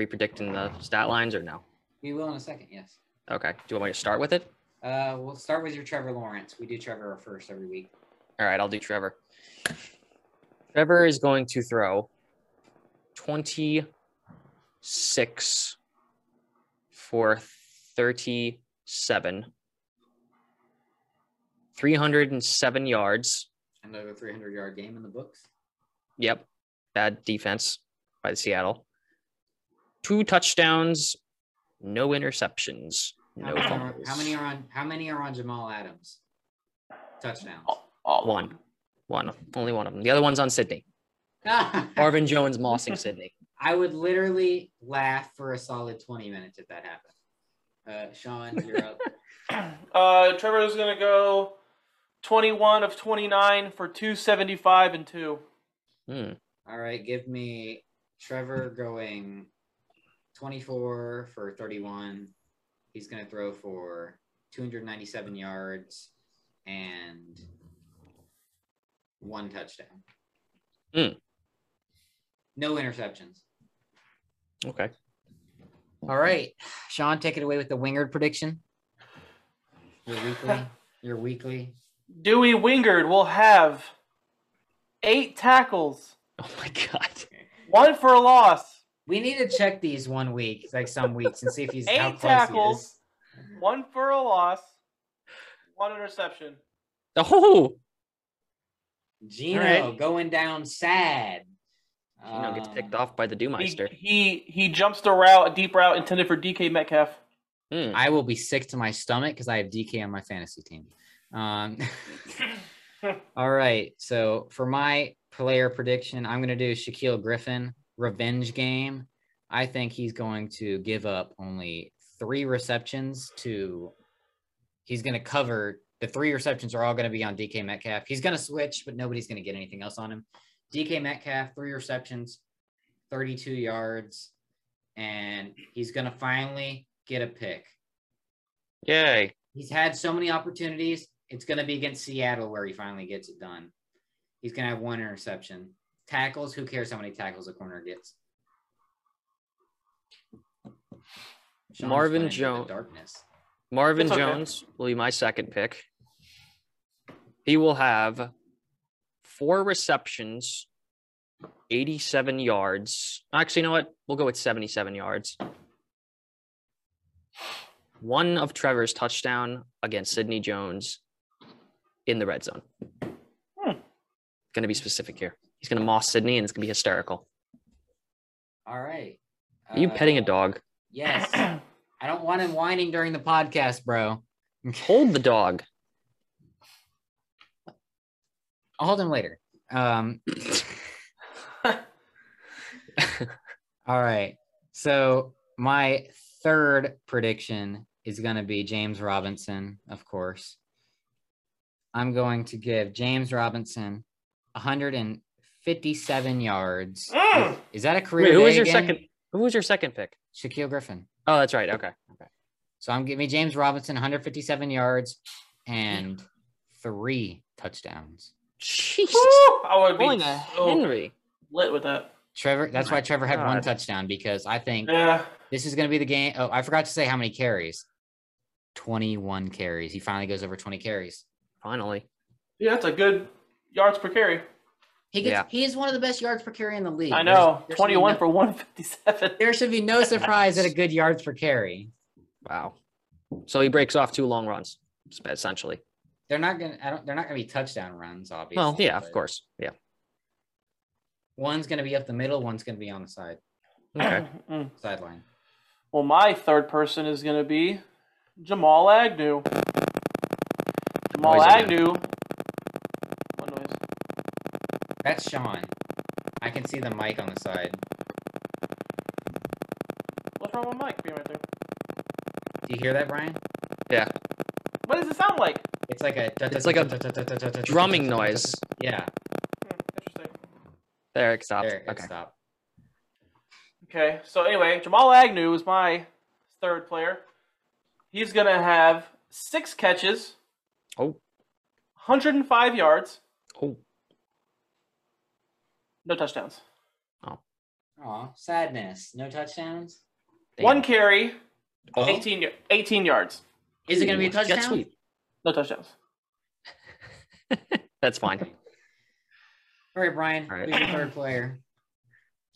[SPEAKER 4] repredicting the stat lines or no?
[SPEAKER 2] We will in a second, yes.
[SPEAKER 4] Okay. Do you want me to start with it?
[SPEAKER 2] Uh, we'll start with your Trevor Lawrence. We do Trevor first every week.
[SPEAKER 4] All right, I'll do Trevor. Trevor is going to throw 26 for 37. 307 yards.
[SPEAKER 2] Another 300 yard game in the books.
[SPEAKER 4] Yep. Bad defense by the Seattle. Two touchdowns no interceptions,
[SPEAKER 2] How,
[SPEAKER 4] no
[SPEAKER 2] many, are,
[SPEAKER 4] fumbles.
[SPEAKER 2] how many are on? How many are on Jamal Adams? Touchdowns.
[SPEAKER 1] All of
[SPEAKER 4] One.
[SPEAKER 1] them.
[SPEAKER 4] One, only one of them. The other one's on Sydney.
[SPEAKER 2] I
[SPEAKER 4] Marvin Jones mossing Sydney.
[SPEAKER 2] would literally laugh for a solid twenty minutes if that happened. Uh, Sean, you're up.
[SPEAKER 1] Uh, Trevor's gonna go twenty-one of twenty-nine for two seventy-five and two.
[SPEAKER 4] Hmm.
[SPEAKER 2] All right, give me Trevor going 24 for 31. He's going to throw for 297 yards and one touchdown.
[SPEAKER 4] Hmm.
[SPEAKER 2] No interceptions.
[SPEAKER 4] Okay.
[SPEAKER 2] All right, Sean, take it away with the wingard prediction. Your weekly, your weekly.
[SPEAKER 1] Dewey Wingard will have eight tackles,
[SPEAKER 4] Oh my God.
[SPEAKER 1] one for a loss,
[SPEAKER 2] We need to check these one week, like some weeks, and see if he's how
[SPEAKER 1] eight
[SPEAKER 2] close He is.
[SPEAKER 1] tackles, one for a loss, one interception.
[SPEAKER 4] Oh,
[SPEAKER 2] Gino
[SPEAKER 4] Alright.
[SPEAKER 2] going down sad.
[SPEAKER 4] you know, gets
[SPEAKER 2] Um,
[SPEAKER 1] Uh,
[SPEAKER 4] picked off by the
[SPEAKER 1] He,
[SPEAKER 4] Dewmeister.
[SPEAKER 1] he he jumps the route, a deep route intended for DK Metcalf.
[SPEAKER 4] Hmm.
[SPEAKER 2] I will be sick to my stomach because I have DK on my fantasy team. Um, all right. So for my player prediction, I'm going to do Shaquille Griffin revenge game. I think he's going to give up only three receptions to. He's going to cover the three receptions are all going to be on DK Metcalf. He's going to switch, but nobody's going to get anything else on him. DK Metcalf, three receptions, 32 yards, and he's going to finally get a pick.
[SPEAKER 4] Yay.
[SPEAKER 2] He's had so many opportunities. It's going to be against Seattle where he finally gets it done. He's going to have one interception. Tackles, who cares how many tackles a corner gets? Sean's
[SPEAKER 4] Marvin
[SPEAKER 2] went into the
[SPEAKER 4] Jones.
[SPEAKER 2] Darkness.
[SPEAKER 4] Marvin
[SPEAKER 1] It's okay.
[SPEAKER 4] Jones will be my second pick. He will have four receptions, 87 yards. Actually, you know what? We'll go with 77 yards. One of Trevor's touchdown against Sidney Jones in the red zone.
[SPEAKER 1] Hmm.
[SPEAKER 4] Going to be specific here. He's going to moss Sidney and it's going to be hysterical.
[SPEAKER 2] All right.
[SPEAKER 4] Are you
[SPEAKER 2] Uh,
[SPEAKER 4] petting a dog?
[SPEAKER 2] Yes. I don't want him whining during the podcast, bro.
[SPEAKER 4] Hold the dog.
[SPEAKER 2] I'll hold him later. Um, all right. So my third prediction is going to be James Robinson, of course. I'm going to give James Robinson 157 yards.
[SPEAKER 1] Mm.
[SPEAKER 2] Is that a career?
[SPEAKER 4] Wait, who
[SPEAKER 2] day
[SPEAKER 4] was your
[SPEAKER 2] again?
[SPEAKER 4] second? Who was your second pick?
[SPEAKER 2] Shaquille Griffin.
[SPEAKER 4] Oh, that's right. Okay.
[SPEAKER 2] So I'm giving me James Robinson 157 yards and three touchdowns.
[SPEAKER 4] Jesus.
[SPEAKER 1] Woo! I would
[SPEAKER 4] Calling
[SPEAKER 1] be
[SPEAKER 4] a
[SPEAKER 1] so
[SPEAKER 4] Henry.
[SPEAKER 1] lit with that.
[SPEAKER 2] Trevor, that's
[SPEAKER 4] my
[SPEAKER 2] why Trevor had one
[SPEAKER 4] God.
[SPEAKER 2] touchdown because I think
[SPEAKER 1] Yeah.
[SPEAKER 2] This is going to be the game. Oh, I forgot to say how many carries. 21 carries. He finally goes over 20 carries.
[SPEAKER 4] Finally.
[SPEAKER 1] Yeah, that's a good yards per carry.
[SPEAKER 2] He gets,
[SPEAKER 4] Yeah.
[SPEAKER 2] he is one of the best yards per carry in the league.
[SPEAKER 1] I know.
[SPEAKER 2] There's- there should be
[SPEAKER 1] 21
[SPEAKER 2] no-
[SPEAKER 1] for 157.
[SPEAKER 2] There should be no surprise at a good yards per carry.
[SPEAKER 4] Wow. So he breaks off two long runs, essentially.
[SPEAKER 2] They're not going to they're not going to be touchdown runs obviously.
[SPEAKER 4] Well, yeah, of
[SPEAKER 2] but
[SPEAKER 4] course. Yeah.
[SPEAKER 2] One's going to be up the middle, one's going to be on the side
[SPEAKER 4] Okay.
[SPEAKER 1] Mm.
[SPEAKER 2] sideline.
[SPEAKER 1] well, my third person is going to be Jamal Agnew. Jamal
[SPEAKER 4] Noise again.
[SPEAKER 1] Agnew. What noise?
[SPEAKER 2] That's Sean. I can see the mic on the side.
[SPEAKER 1] What's wrong with Mike being right there?
[SPEAKER 2] Do you hear that, Brian?
[SPEAKER 1] What does it sound like?
[SPEAKER 2] It's like a
[SPEAKER 4] It's like a Drumming noise.
[SPEAKER 2] Yeah.
[SPEAKER 1] Hmm, Interesting.
[SPEAKER 4] There it stops.
[SPEAKER 2] There, it
[SPEAKER 4] okay.
[SPEAKER 2] stopped.
[SPEAKER 1] Okay, so anyway, Jamal Agnew is my third player. He's going to have six catches,
[SPEAKER 4] Oh,
[SPEAKER 1] 105 yards,
[SPEAKER 4] oh,
[SPEAKER 1] no touchdowns.
[SPEAKER 2] Aw, sadness. No touchdowns.
[SPEAKER 4] damn.
[SPEAKER 1] One carry,
[SPEAKER 4] Oh.
[SPEAKER 1] 18, y- 18 yards,
[SPEAKER 2] Is it going to be a
[SPEAKER 4] Ooh, jet
[SPEAKER 2] touchdown?
[SPEAKER 4] sweep.
[SPEAKER 1] no touchdowns.
[SPEAKER 4] That's fine.
[SPEAKER 2] All right, Brian.
[SPEAKER 4] All right.
[SPEAKER 2] Who's your third player?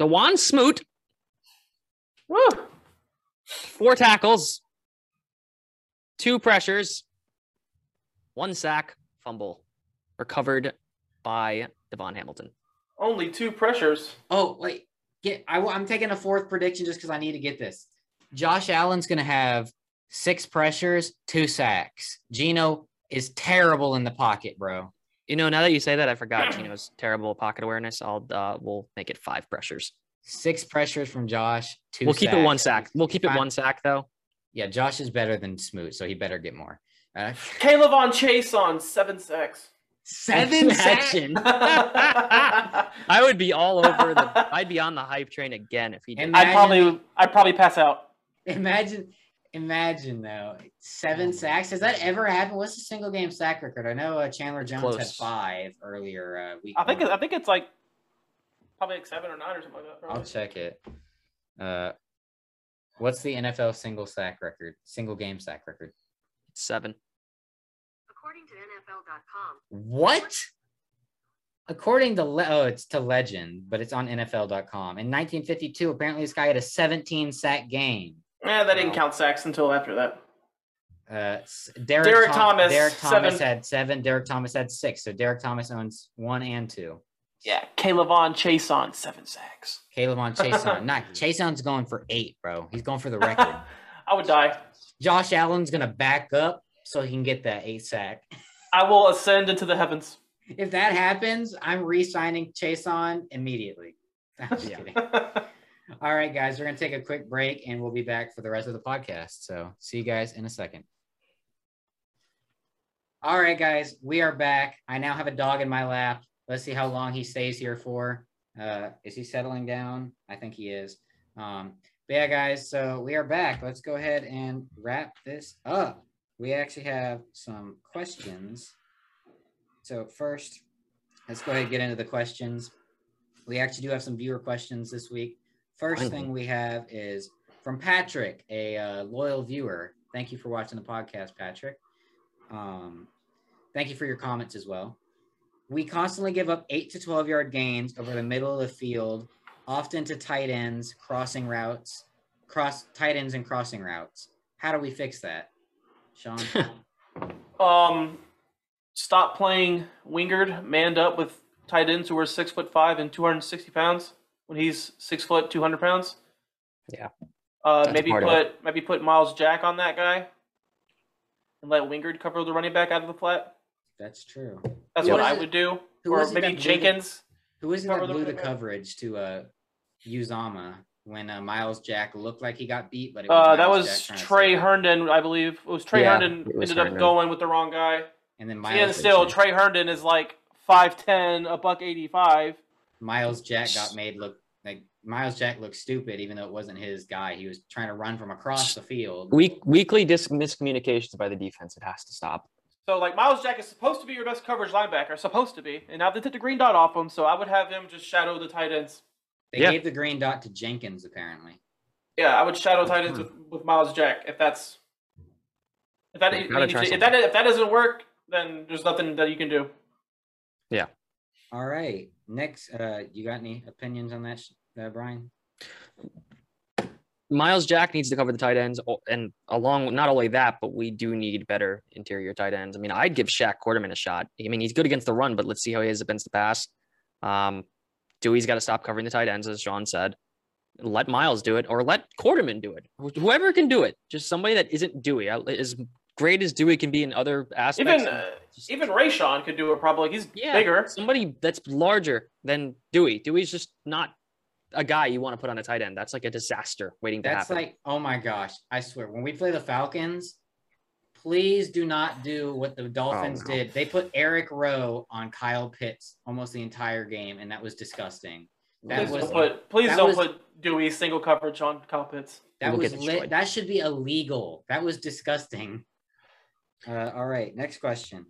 [SPEAKER 4] So Juan Smoot,
[SPEAKER 1] Woo!
[SPEAKER 4] four tackles, two pressures, one sack, fumble, recovered by Devon Hamilton.
[SPEAKER 1] Only two pressures.
[SPEAKER 2] Oh, wait. Get. I, am taking a fourth prediction just because I need to get this. Josh Allen's going to have six pressures, two sacks. Gino is terrible in the pocket, bro.
[SPEAKER 4] You know, now that you say that, I forgot Gino's terrible pocket awareness. I'll uh, we'll make it five pressures.
[SPEAKER 2] Six pressures from Josh. Two.
[SPEAKER 4] we'll keep it one
[SPEAKER 2] sacks.
[SPEAKER 4] sack. We'll keep it
[SPEAKER 2] Fine.
[SPEAKER 4] one sack though.
[SPEAKER 2] Yeah, Josh is better than Smoot, so he better get more. Uh,
[SPEAKER 1] Caleb on Chase on seven sacks.
[SPEAKER 2] seven sacks.
[SPEAKER 4] Imagine. I would be all over the. I'd be on the hype train again if he did.
[SPEAKER 2] And
[SPEAKER 1] I'd probably I'd probably pass out.
[SPEAKER 2] Imagine, imagine though, seven sacks. Has that ever happened? What's the single game sack record? I know uh, Chandler Jones had
[SPEAKER 4] Close.
[SPEAKER 2] five earlier uh, week.
[SPEAKER 1] I think
[SPEAKER 2] one.
[SPEAKER 1] I think it's like probably like seven or nine or something like that.
[SPEAKER 2] I'll
[SPEAKER 1] probably.
[SPEAKER 2] check it. Uh, what's the NFL single sack record? Single game sack record?
[SPEAKER 4] Seven.
[SPEAKER 6] According to NFL.com,
[SPEAKER 2] What? According to le- oh, it's to legend, but it's on NFL.com. In 1952, apparently this guy had a 17 sack game.
[SPEAKER 1] Yeah, Eh, that didn't count sacks until after that.
[SPEAKER 2] Uh, s- Derek,
[SPEAKER 1] Derek
[SPEAKER 2] Thom-
[SPEAKER 1] Thomas,
[SPEAKER 2] Derek Thomas
[SPEAKER 1] seven.
[SPEAKER 2] had seven. Derek Thomas had six. So Derek Thomas owns one and two.
[SPEAKER 1] Yeah, Caleb on Chase on seven sacks.
[SPEAKER 2] Caleb on Chaseon. Not Chaseon's going for eight, bro. He's going for the record.
[SPEAKER 1] I would die.
[SPEAKER 2] Josh Allen's gonna back up so he can get that eight sack.
[SPEAKER 1] I will ascend into the heavens.
[SPEAKER 2] If that happens, I'm re-signing Chaseon immediately. I'm just
[SPEAKER 4] Yeah.
[SPEAKER 2] kidding. All right, guys, we're gonna take a quick break and we'll be back for the rest of the podcast. So see you guys in a second. All right, guys, we are back. I now have a dog in my lap. Let's see how long he stays here for. Uh, is he settling down? I think he is. Um, but yeah, guys, so we are back. Let's go ahead and wrap this up. We actually have some questions. So first, let's go ahead and get into the questions. We actually do have some viewer questions this week. First
[SPEAKER 4] Finally.
[SPEAKER 2] thing we have is from Patrick, a uh, loyal viewer. Thank you for watching the podcast, Patrick. Um, thank you for your comments as well. We constantly give up eight to 12 yard gains over the middle of the field, often to tight ends, crossing routes, cross tight ends and crossing routes. How do we fix that, Sean?
[SPEAKER 1] Um, stop playing Wingard manned up with tight ends who are six foot five and two hundred and sixty pounds when he's six foot two hundred pounds.
[SPEAKER 4] Yeah.
[SPEAKER 1] Uh,
[SPEAKER 4] That's
[SPEAKER 1] maybe
[SPEAKER 4] part of
[SPEAKER 1] put maybe put Miles Jack on that guy, and let Wingard cover the running back out of the flat.
[SPEAKER 2] That's true.
[SPEAKER 1] That's
[SPEAKER 2] Who
[SPEAKER 1] what
[SPEAKER 2] was
[SPEAKER 1] I
[SPEAKER 2] it-
[SPEAKER 1] would do.
[SPEAKER 2] who
[SPEAKER 1] Or
[SPEAKER 2] was it
[SPEAKER 1] maybe
[SPEAKER 2] that blew the-
[SPEAKER 1] Jenkins.
[SPEAKER 2] Who is it that
[SPEAKER 1] Cover the
[SPEAKER 2] blew the
[SPEAKER 1] running back.
[SPEAKER 2] coverage to uh, Uzama when uh, Miles Jack looked like he got beat? But it was
[SPEAKER 1] Uh, that
[SPEAKER 2] Miles
[SPEAKER 1] was
[SPEAKER 2] Jack trying to
[SPEAKER 1] Trey
[SPEAKER 2] save it.
[SPEAKER 1] Herndon, I believe. It was Trey
[SPEAKER 4] Yeah,
[SPEAKER 1] Herndon
[SPEAKER 4] it was
[SPEAKER 1] ended up
[SPEAKER 4] Herndon.
[SPEAKER 1] going with the wrong guy.
[SPEAKER 2] And then
[SPEAKER 1] And
[SPEAKER 2] Miles, was-
[SPEAKER 1] still, Trey Herndon is like five ten, a buck eighty five.
[SPEAKER 2] Miles Jack got made look like Miles Jack looked stupid, even though it wasn't his guy. He was trying to run from across the field.
[SPEAKER 4] Week weekly dis- miscommunications by the defense. It has to stop.
[SPEAKER 1] So like Miles Jack is supposed to be your best coverage linebacker, supposed to be, and now they took the green dot off him. So I would have him just shadow the tight ends.
[SPEAKER 2] They
[SPEAKER 4] Yeah.
[SPEAKER 2] gave the green dot to Jenkins, apparently.
[SPEAKER 1] Yeah, I would shadow tight ends with, with Miles Jack if that's if that
[SPEAKER 4] Gotta
[SPEAKER 1] if, that-
[SPEAKER 4] try
[SPEAKER 1] if
[SPEAKER 4] something.
[SPEAKER 1] that if that doesn't work, then there's nothing that you can do.
[SPEAKER 2] All right. Next, uh, you got any opinions on that, sh- uh, Brian?
[SPEAKER 4] Miles Jack needs to cover the tight ends, o- and along not only that, but we do need better interior tight ends. I mean, I'd give Shaq Quarterman a shot. I mean, he's good against the run, but let's see how he is against the pass. Um, Dewey's got to stop covering the tight ends, as Sean said. Let Miles do it, or let Quarterman do it. Wh- Whoever can do it, just somebody that isn't Dewey. I- As great as Dewey can be in other aspects,
[SPEAKER 1] Even uh,
[SPEAKER 4] just-
[SPEAKER 1] even Rayshon could do it probably. He's
[SPEAKER 4] Yeah.
[SPEAKER 1] bigger.
[SPEAKER 4] somebody that's larger than Dewey. Dewey's just not a guy you want to put on a tight end. That's like a disaster waiting to
[SPEAKER 2] That's
[SPEAKER 4] happen.
[SPEAKER 2] like, oh my gosh, I swear, when we play the Falcons, please do not do what the Dolphins
[SPEAKER 4] Oh, no.
[SPEAKER 2] did. They put Eric Rowe on Kyle Pitts almost the entire game, and that was disgusting. That
[SPEAKER 1] Please
[SPEAKER 2] was
[SPEAKER 1] don't put please
[SPEAKER 2] that
[SPEAKER 1] don't
[SPEAKER 2] was-
[SPEAKER 1] put Dewey single coverage on Cowpits.
[SPEAKER 2] That
[SPEAKER 4] will
[SPEAKER 2] was
[SPEAKER 4] get
[SPEAKER 2] lit.
[SPEAKER 4] destroyed.
[SPEAKER 2] That should be illegal. That was disgusting. Uh, all right, next question.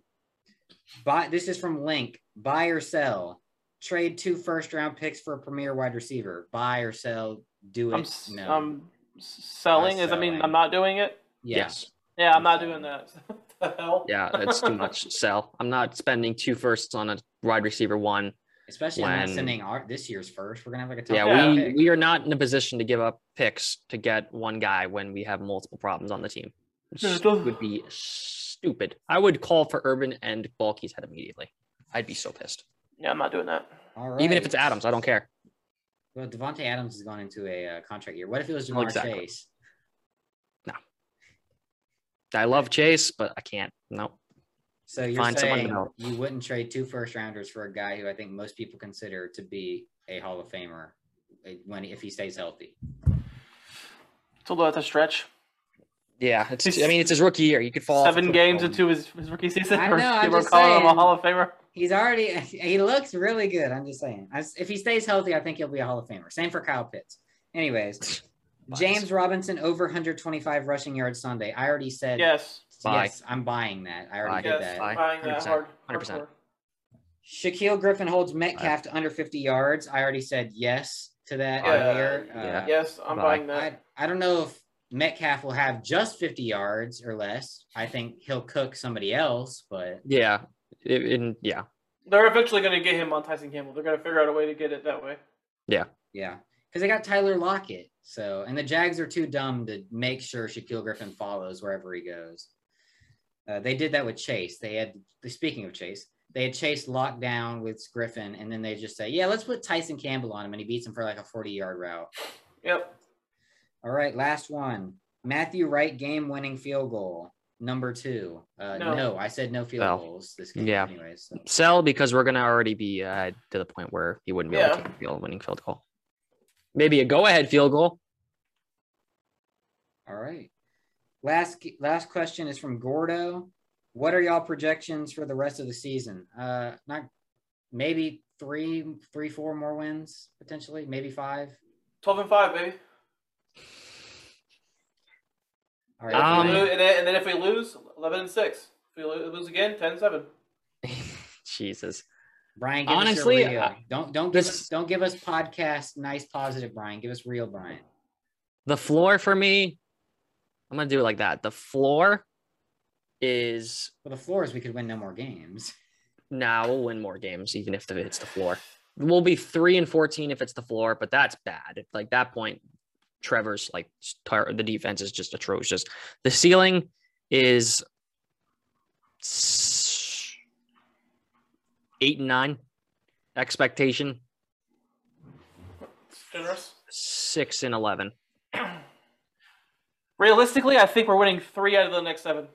[SPEAKER 2] Buy. This is from Link. Buy or sell? Trade two first round picks for a premier wide receiver. Buy or sell? Do it.
[SPEAKER 1] I'm s-
[SPEAKER 2] no.
[SPEAKER 1] I'm s- selling. Is I mean
[SPEAKER 2] selling.
[SPEAKER 1] I'm not doing it.
[SPEAKER 2] yeah.
[SPEAKER 4] Yes.
[SPEAKER 1] Yeah, I'm not doing that. the hell.
[SPEAKER 4] Yeah, that's too much sell. I'm not spending two firsts on a wide receiver one.
[SPEAKER 2] Especially when,
[SPEAKER 4] When-
[SPEAKER 2] sending our this year's first. We're gonna have like a top
[SPEAKER 4] Yeah,
[SPEAKER 2] five
[SPEAKER 4] we
[SPEAKER 2] pick.
[SPEAKER 4] we are not in a position to give up picks to get one guy when we have multiple problems on the team. Which
[SPEAKER 1] Yeah, it doesn't-
[SPEAKER 4] would be stupid. I would call for Urban and Bulky's head immediately. I'd be so pissed.
[SPEAKER 1] Yeah, I'm not doing that.
[SPEAKER 2] All right.
[SPEAKER 4] Even if it's Adams, I don't care.
[SPEAKER 2] Well, Devonte Adams has gone into a uh, contract year. What if it was Jamar
[SPEAKER 4] Exactly.
[SPEAKER 2] Chase?
[SPEAKER 4] I love Chase, but I can't. Nope.
[SPEAKER 2] So you're
[SPEAKER 4] Find someone to
[SPEAKER 2] saying
[SPEAKER 4] help.
[SPEAKER 2] you wouldn't trade two first rounders for a guy who I think most people consider to be a Hall of Famer eh, when if he stays healthy.
[SPEAKER 1] It's a little at the stretch.
[SPEAKER 4] Yeah, it's. I mean, it's his rookie year. You could fall off a
[SPEAKER 1] Seven
[SPEAKER 4] cliff
[SPEAKER 1] games
[SPEAKER 4] going.
[SPEAKER 1] into his, his rookie season.
[SPEAKER 2] I
[SPEAKER 1] or
[SPEAKER 2] know, I'm
[SPEAKER 1] people are
[SPEAKER 2] just
[SPEAKER 1] calling him a
[SPEAKER 2] saying.
[SPEAKER 1] Hall of Famer.
[SPEAKER 2] He's already he looks really good. I'm just saying. I s if he stays healthy, I think he'll be a Hall of Famer. Same for Kyle Pitts. Anyways,
[SPEAKER 4] Bias.
[SPEAKER 2] James Robinson over 125 rushing yards Sunday. I already said
[SPEAKER 1] Yes.
[SPEAKER 4] Bye.
[SPEAKER 2] yes. I'm buying that. I already
[SPEAKER 4] Bye.
[SPEAKER 2] did
[SPEAKER 1] yes.
[SPEAKER 2] that.
[SPEAKER 4] Bye.
[SPEAKER 1] buying that
[SPEAKER 4] 100%,
[SPEAKER 1] hard- hard
[SPEAKER 4] 100%.
[SPEAKER 1] core.
[SPEAKER 2] Shaquille Griffin holds Metcalf to under 50 yards. I already said yes to that
[SPEAKER 1] Yeah.
[SPEAKER 2] earlier. Uh,
[SPEAKER 4] Yeah.
[SPEAKER 1] Yes, I'm
[SPEAKER 4] Bye.
[SPEAKER 1] buying that.
[SPEAKER 2] I, I don't know if Metcalf will have just 50 yards or less. I think he'll cook somebody else, but
[SPEAKER 4] Yeah, it, and yeah,
[SPEAKER 1] They're eventually going to get him on Tyson Campbell. They're going to figure out a way to get it that way.
[SPEAKER 2] yeah. Because they got Tyler Lockett. So, and the Jags are too dumb to make sure Shaquille Griffin follows wherever he goes. Uh, they did that with Chase. They had, speaking of Chase, they had Chase locked down with Griffin, and then they just say, yeah, let's put Tyson Campbell on him, and he beats him for like a 40 yard route.
[SPEAKER 1] Yep.
[SPEAKER 2] All right, last one. Matthew Wright game winning field goal number two. Uh,
[SPEAKER 1] No.
[SPEAKER 2] no. I said no field
[SPEAKER 4] No.
[SPEAKER 2] goals this game.
[SPEAKER 4] Yeah.
[SPEAKER 2] Anyways, so.
[SPEAKER 4] sell because we're gonna already be uh, to the point where you wouldn't be able
[SPEAKER 1] Yeah.
[SPEAKER 4] to kick a field winning field goal. Maybe a go ahead field goal.
[SPEAKER 2] all right. Last last question is from Gordo. What are y'all projections for the rest of the season? Uh, not maybe three, three, four more wins potentially, maybe five.
[SPEAKER 1] 12 and 5, baby.
[SPEAKER 2] All
[SPEAKER 1] And, if we
[SPEAKER 4] Um,
[SPEAKER 1] lo- and, then, and then if we lose, 11 and 6. If we lo- lose again, 10 and 7.
[SPEAKER 4] Jesus.
[SPEAKER 2] Brian, give
[SPEAKER 4] honestly,
[SPEAKER 2] us your real.
[SPEAKER 4] I-
[SPEAKER 2] don't don't give
[SPEAKER 4] this-
[SPEAKER 2] us, don't give us podcast nice positive Brian. Give us real Brian.
[SPEAKER 4] The floor for me, I'm gonna do it like that. The floor is
[SPEAKER 2] Well, the floor is we could win no more games.
[SPEAKER 4] now we'll win more games even if the, it's the floor. We'll be three and fourteen if it's the floor, but that's bad. Like that point, Trevor's like tar- the defense is just atrocious. The ceiling is s- eight and nine expectation,
[SPEAKER 1] Generous.
[SPEAKER 4] six and eleven.
[SPEAKER 1] Realistically, I think we're winning three out of the next seven.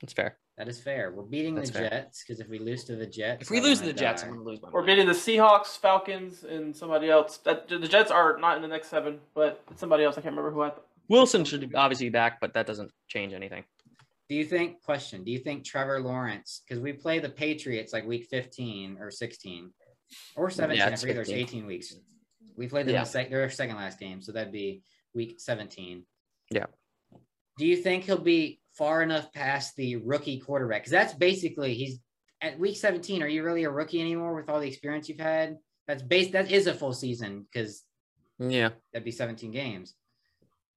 [SPEAKER 4] That's fair.
[SPEAKER 2] That is fair. We're beating
[SPEAKER 4] That's
[SPEAKER 2] the
[SPEAKER 4] fair.
[SPEAKER 2] Jets because if we lose to the Jets,
[SPEAKER 4] If we
[SPEAKER 2] I
[SPEAKER 4] lose to
[SPEAKER 2] wanna
[SPEAKER 4] the Jets,
[SPEAKER 2] die.
[SPEAKER 4] I'm gonna lose my
[SPEAKER 1] We're
[SPEAKER 4] mind.
[SPEAKER 1] beating the Seahawks, Falcons, and somebody else. That, the Jets are not in the next seven, but it's somebody else. I can't remember who I.
[SPEAKER 4] Wilson should obviously be back, but that doesn't change anything.
[SPEAKER 2] do you think? Question: Do you think Trevor Lawrence? Because we play the Patriots like week 15 or 16 or 17. I
[SPEAKER 4] it's
[SPEAKER 2] forget. There's
[SPEAKER 4] 15.
[SPEAKER 2] 18 weeks. We played them
[SPEAKER 4] Yeah.
[SPEAKER 2] the sec- their second last game, so that'd be week 17.
[SPEAKER 4] Yeah.
[SPEAKER 2] Do you think he'll be far enough past the rookie quarterback? Because that's basically he's at week 17. Are you really a rookie anymore with all the experience you've had? That's base. That is a full season because
[SPEAKER 4] Yeah.
[SPEAKER 2] that'd be 17 games.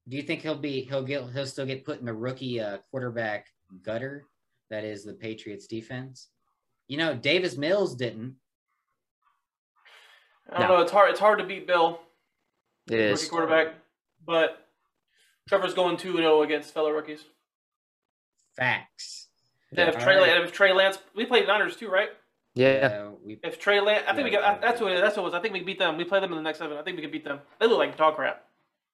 [SPEAKER 2] Do you think he'll be he'll get he'll still get put in the rookie uh, quarterback gutter that is the Patriots defense? You know, Davis Mills didn't.
[SPEAKER 1] I don't
[SPEAKER 4] No.
[SPEAKER 1] know. It's hard. It's hard to beat Bill,
[SPEAKER 4] It
[SPEAKER 1] rookie
[SPEAKER 4] is.
[SPEAKER 1] quarterback, but Trevor's going two zero against fellow rookies.
[SPEAKER 2] Facts.
[SPEAKER 1] And if
[SPEAKER 2] All
[SPEAKER 1] Trey,
[SPEAKER 2] right.
[SPEAKER 1] and if Trey Lance, we played Niners too, right?
[SPEAKER 4] Yeah.
[SPEAKER 2] So we
[SPEAKER 1] If Trey Lance, I think we
[SPEAKER 2] Yeah,
[SPEAKER 1] got.
[SPEAKER 2] yeah.
[SPEAKER 1] That's what. it- That's what it was. I think we beat them. We play them in the next seven. I think we can beat them. They look like dog crap.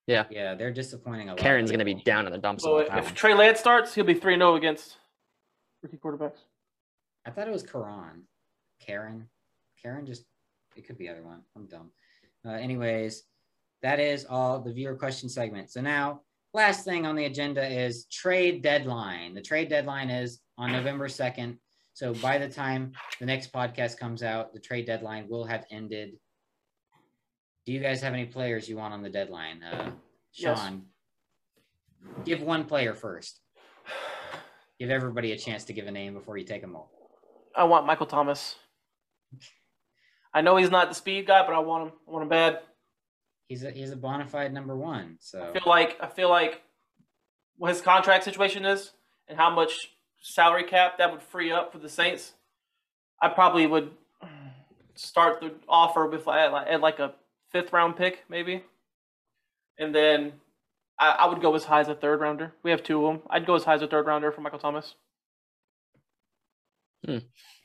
[SPEAKER 2] yeah, they're disappointing a lot. of
[SPEAKER 4] Karen's gonna be
[SPEAKER 2] people.
[SPEAKER 4] down in the dumps.
[SPEAKER 1] So
[SPEAKER 4] on
[SPEAKER 1] if,
[SPEAKER 4] that one.
[SPEAKER 1] if Trey Lance starts, he'll be three zero against rookie quarterbacks.
[SPEAKER 2] I thought it was Karan. Karen. Karen just it could be the other one. I'm dumb. Uh, anyways, that is all the viewer question segment. So now last thing on the agenda is trade deadline. The trade deadline is on November 2nd. So by the time the next podcast comes out, the trade deadline will have ended. Do you guys have any players you want on the deadline? Uh,
[SPEAKER 1] Yes.
[SPEAKER 2] Sean, give one player first. Give everybody a chance to give a name before you take them all.
[SPEAKER 1] I want Michael Thomas. I know he's not the speed guy, but I want him. I want him bad.
[SPEAKER 2] he's a he's a bona fide number one. So
[SPEAKER 1] I feel like I feel like what his contract situation is and how much salary cap that would free up for the Saints. I probably would start the offer with like, at like- at like a fifth round pick maybe, and then I, I would go as high as a third rounder. We have two of them. I'd go as high as a third rounder for Michael Thomas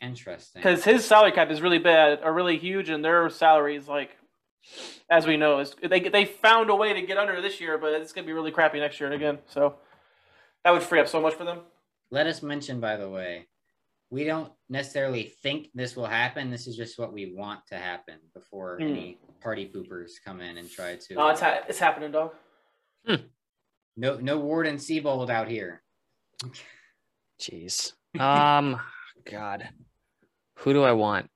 [SPEAKER 2] interesting.
[SPEAKER 1] because his salary cap is really bad or really huge, and their salary is like. As we know, is they they found a way to get under this year, but it's gonna be really crappy next year again. So, That would free up so much for them.
[SPEAKER 2] Let us mention, by the way, we don't necessarily think this will happen. This is just what we want to happen before
[SPEAKER 1] Hmm.
[SPEAKER 2] any party poopers come in and try to.
[SPEAKER 1] No, it's ha- it's happening, dog.
[SPEAKER 2] no, no Ward and Seabold out here.
[SPEAKER 4] Jeez. Um, God, who do I want?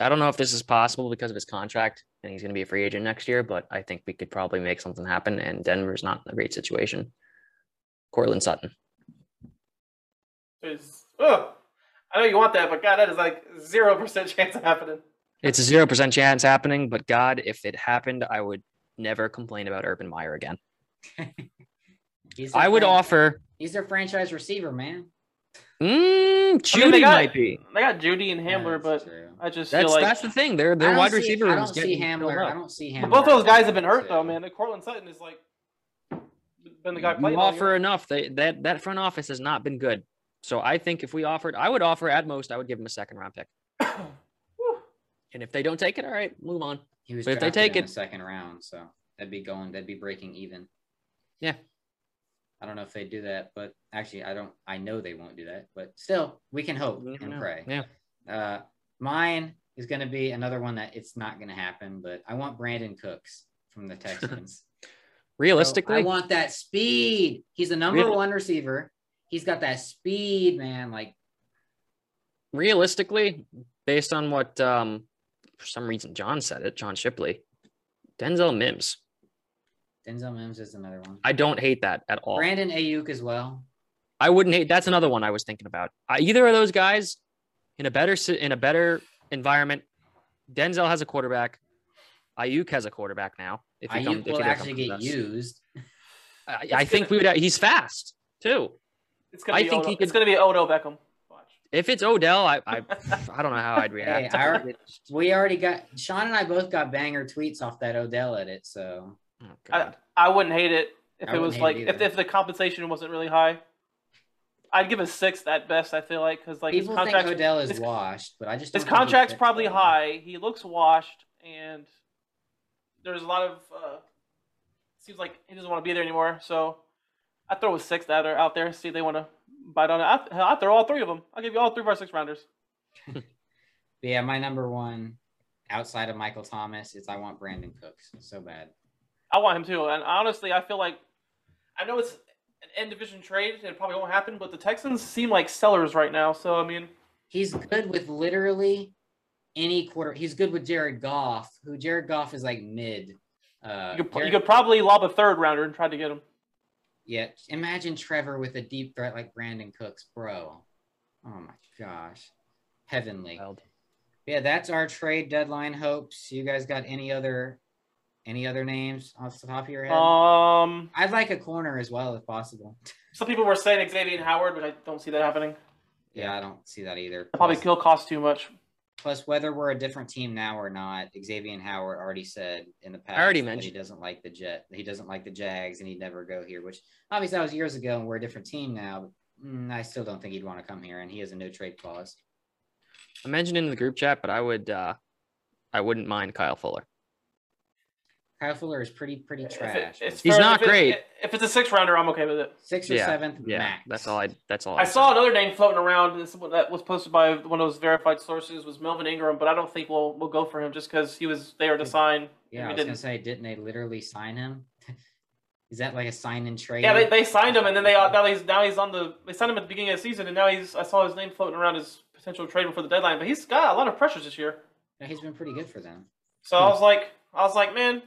[SPEAKER 4] I don't know if this is possible because of his contract and he's going to be a free agent next year, but I think we could probably make something happen. And Denver's not in a great situation. Cortland Sutton.
[SPEAKER 1] It's, ugh. I know you want that, but God, that is like zero percent chance of happening.
[SPEAKER 4] It's a zero percent chance happening, but God, if it happened, I would never complain about Urban Meyer again.
[SPEAKER 2] He's their
[SPEAKER 4] I would
[SPEAKER 2] fran-
[SPEAKER 4] offer.
[SPEAKER 2] He's their franchise receiver, man.
[SPEAKER 4] Mm,
[SPEAKER 1] they
[SPEAKER 4] Judy
[SPEAKER 1] got-
[SPEAKER 4] might be.
[SPEAKER 1] They got Judy and Hamler,
[SPEAKER 2] That's
[SPEAKER 1] but
[SPEAKER 2] true.
[SPEAKER 1] I just
[SPEAKER 4] That's
[SPEAKER 1] feel like
[SPEAKER 4] that's the thing. Their
[SPEAKER 2] I
[SPEAKER 4] their
[SPEAKER 2] don't
[SPEAKER 4] wide
[SPEAKER 2] see-
[SPEAKER 4] receiver
[SPEAKER 2] I
[SPEAKER 4] room is
[SPEAKER 2] don't see
[SPEAKER 4] getting filled
[SPEAKER 2] Hamler.
[SPEAKER 4] up.
[SPEAKER 2] I don't see Hamler.
[SPEAKER 1] But both those guys have been hurt
[SPEAKER 2] So-
[SPEAKER 1] though, man. Like Cortland Sutton is like been the guy playing.
[SPEAKER 4] you
[SPEAKER 1] all
[SPEAKER 4] offer
[SPEAKER 1] year.
[SPEAKER 4] enough. They, that that front office has not been good. So I think if we offered, I would offer at most, I would give him a second round pick.
[SPEAKER 1] Whew.
[SPEAKER 4] And if they don't take it, all right, move on.
[SPEAKER 2] He was
[SPEAKER 4] But if they
[SPEAKER 2] drafted
[SPEAKER 4] take
[SPEAKER 2] in
[SPEAKER 4] it-
[SPEAKER 2] the second round, so that'd be going, that'd be breaking even.
[SPEAKER 4] Yeah.
[SPEAKER 2] I don't know if they do that, but actually, I don't. I know they won't do that, but still, we can hope
[SPEAKER 4] You never
[SPEAKER 2] Oh, and
[SPEAKER 4] know.
[SPEAKER 2] pray.
[SPEAKER 4] Yeah.
[SPEAKER 2] Uh, mine is going to be another one that it's not going to happen, but I want Brandon Cooks from the Texans.
[SPEAKER 4] Realistically,
[SPEAKER 2] I want that speed. He's the number
[SPEAKER 4] Really?
[SPEAKER 2] one receiver. He's got that speed, man. Like
[SPEAKER 4] realistically, based on what um for some reason John said it, John Shipley, Denzel Mims.
[SPEAKER 2] Denzel Mims is another one.
[SPEAKER 4] I don't hate that at all.
[SPEAKER 2] Brandon Ayuk as well.
[SPEAKER 4] I wouldn't hate. That's another one I was thinking about. I, either of those guys, in a better si- in a better environment, Denzel has a quarterback. Ayuk has a quarterback now. If he come-
[SPEAKER 2] Ayuk
[SPEAKER 4] if he
[SPEAKER 2] will
[SPEAKER 4] doesn't
[SPEAKER 2] actually
[SPEAKER 4] come to
[SPEAKER 2] get
[SPEAKER 4] us.
[SPEAKER 2] used.
[SPEAKER 4] I, I think we would. He's fast too.
[SPEAKER 1] It's gonna
[SPEAKER 4] I
[SPEAKER 1] be
[SPEAKER 4] think
[SPEAKER 1] Odo.
[SPEAKER 4] he could-
[SPEAKER 1] It's gonna be Odo Beckham. Watch.
[SPEAKER 4] If it's Odell, I I, I don't know how I'd
[SPEAKER 2] Hey,
[SPEAKER 4] react.
[SPEAKER 2] I already- we already got Sean and I both got banger tweets off that Odell edit. So
[SPEAKER 4] Oh, God.
[SPEAKER 1] I, I wouldn't hate it if
[SPEAKER 2] I
[SPEAKER 1] it
[SPEAKER 2] wouldn't
[SPEAKER 1] was
[SPEAKER 2] hate it
[SPEAKER 1] like if,
[SPEAKER 2] either.
[SPEAKER 1] if the compensation wasn't really high. I'd give a six at best. I feel like because like his
[SPEAKER 2] people think
[SPEAKER 1] contract
[SPEAKER 2] Odell is
[SPEAKER 1] his-
[SPEAKER 2] washed, but I
[SPEAKER 1] his
[SPEAKER 2] just don't think he's
[SPEAKER 1] contract's
[SPEAKER 2] fixed
[SPEAKER 1] probably
[SPEAKER 2] yet.
[SPEAKER 1] high. He looks washed, and there's a lot of uh, seems like he doesn't want to be there anymore. So I throw a six that are out there. See if they want to bite on it. I, hell, I throw all three of them. I'll give you all three of our six rounders.
[SPEAKER 2] But yeah, my number one outside of Michael Thomas is I want Brandon Cooks so bad.
[SPEAKER 1] I want him too. And honestly, I feel like I know it's an end division trade, and it probably won't happen. But the Texans seem like sellers right now. So I mean,
[SPEAKER 2] He's good with literally any quarter. He's good with Jared Goff, who Jared Goff is like mid. Uh,
[SPEAKER 1] you could, you
[SPEAKER 2] Jared-
[SPEAKER 1] could probably lob a third rounder and try to get him.
[SPEAKER 2] yeah, imagine Trevor with a deep threat like Brandon Cooks, bro. Oh my gosh, heavenly.
[SPEAKER 4] Wild.
[SPEAKER 2] yeah that's our trade deadline hopes you guys got any other any other names off the top of your head
[SPEAKER 1] Um,
[SPEAKER 2] i'd like a corner as well if possible
[SPEAKER 1] some people were saying Xavier and Howard, but I don't see that happening.
[SPEAKER 2] yeah i don't see that either
[SPEAKER 1] Probably
[SPEAKER 2] Plus-
[SPEAKER 1] kill cost too much.
[SPEAKER 2] plus whether we're a different team now or not xavier howard already said in the past
[SPEAKER 4] already
[SPEAKER 2] that
[SPEAKER 4] mentioned-
[SPEAKER 2] he doesn't like the jet he doesn't like the jags and he'd never go here which obviously that was years ago and we're a different team now but mm, i still don't think he'd want to come here and he has a no trade clause
[SPEAKER 4] I mentioned in the group chat, but I would uh I wouldn't mind Kyle Fuller.
[SPEAKER 2] kyle fuller is pretty pretty
[SPEAKER 1] If it-
[SPEAKER 2] trash
[SPEAKER 1] it's
[SPEAKER 4] He's not
[SPEAKER 1] if it-
[SPEAKER 4] great.
[SPEAKER 1] if it's a six rounder, I'm okay with it.
[SPEAKER 2] six or
[SPEAKER 4] Yeah,
[SPEAKER 2] seventh
[SPEAKER 4] Yeah,
[SPEAKER 2] max
[SPEAKER 4] that's all I. That's all.
[SPEAKER 1] I
[SPEAKER 4] I'd
[SPEAKER 1] saw
[SPEAKER 4] say.
[SPEAKER 1] another name floating around. This one that was posted by one of those verified sources was Melvin Ingram, but I don't think we'll we'll go for him just because he was there to sign. We
[SPEAKER 2] Yeah, I was
[SPEAKER 1] didn't.
[SPEAKER 2] gonna say, didn't they literally sign him? Is that like a sign and trade?
[SPEAKER 1] Yeah, they, they signed him, and then they uh, now he's now he's on the they signed him at the beginning of the season, and now he's I saw his name floating around as potential trade before the deadline. But he's got a lot of pressures this year,
[SPEAKER 2] Yeah, he's been pretty good for them.
[SPEAKER 1] so
[SPEAKER 2] Hmm.
[SPEAKER 1] I was like I was like, man,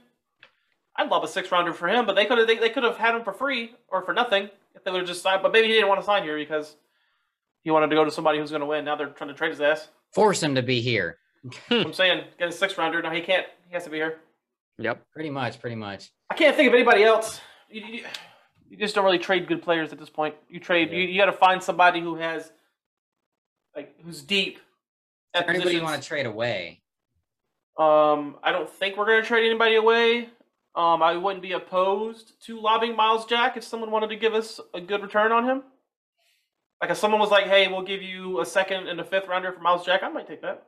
[SPEAKER 1] I'd love a six rounder for him, but they could have they, they could have had him for free or for nothing if they would have just signed. But maybe he didn't want to sign here because he wanted to go to somebody who's going to win. Now they're trying to trade his ass.
[SPEAKER 2] Force him to be here,
[SPEAKER 1] I'm saying get a six rounder. Now he can't. He has to be here.
[SPEAKER 4] Yep.
[SPEAKER 2] pretty much, pretty much.
[SPEAKER 1] I can't think of anybody else. You, you, you just don't really trade good players at this point. You trade. You,
[SPEAKER 2] Yeah.
[SPEAKER 1] you got to find somebody who has, like, who's deep.
[SPEAKER 2] Is
[SPEAKER 1] At
[SPEAKER 2] there anybody you want
[SPEAKER 1] positions.
[SPEAKER 2] to trade away?
[SPEAKER 1] Um, I don't think we're gonna trade anybody away. Um, I wouldn't be opposed to lobbing Miles Jack if someone wanted to give us a good return on him. Like if someone was like, "Hey, we'll give you a second and a fifth rounder for Miles Jack," I might take that.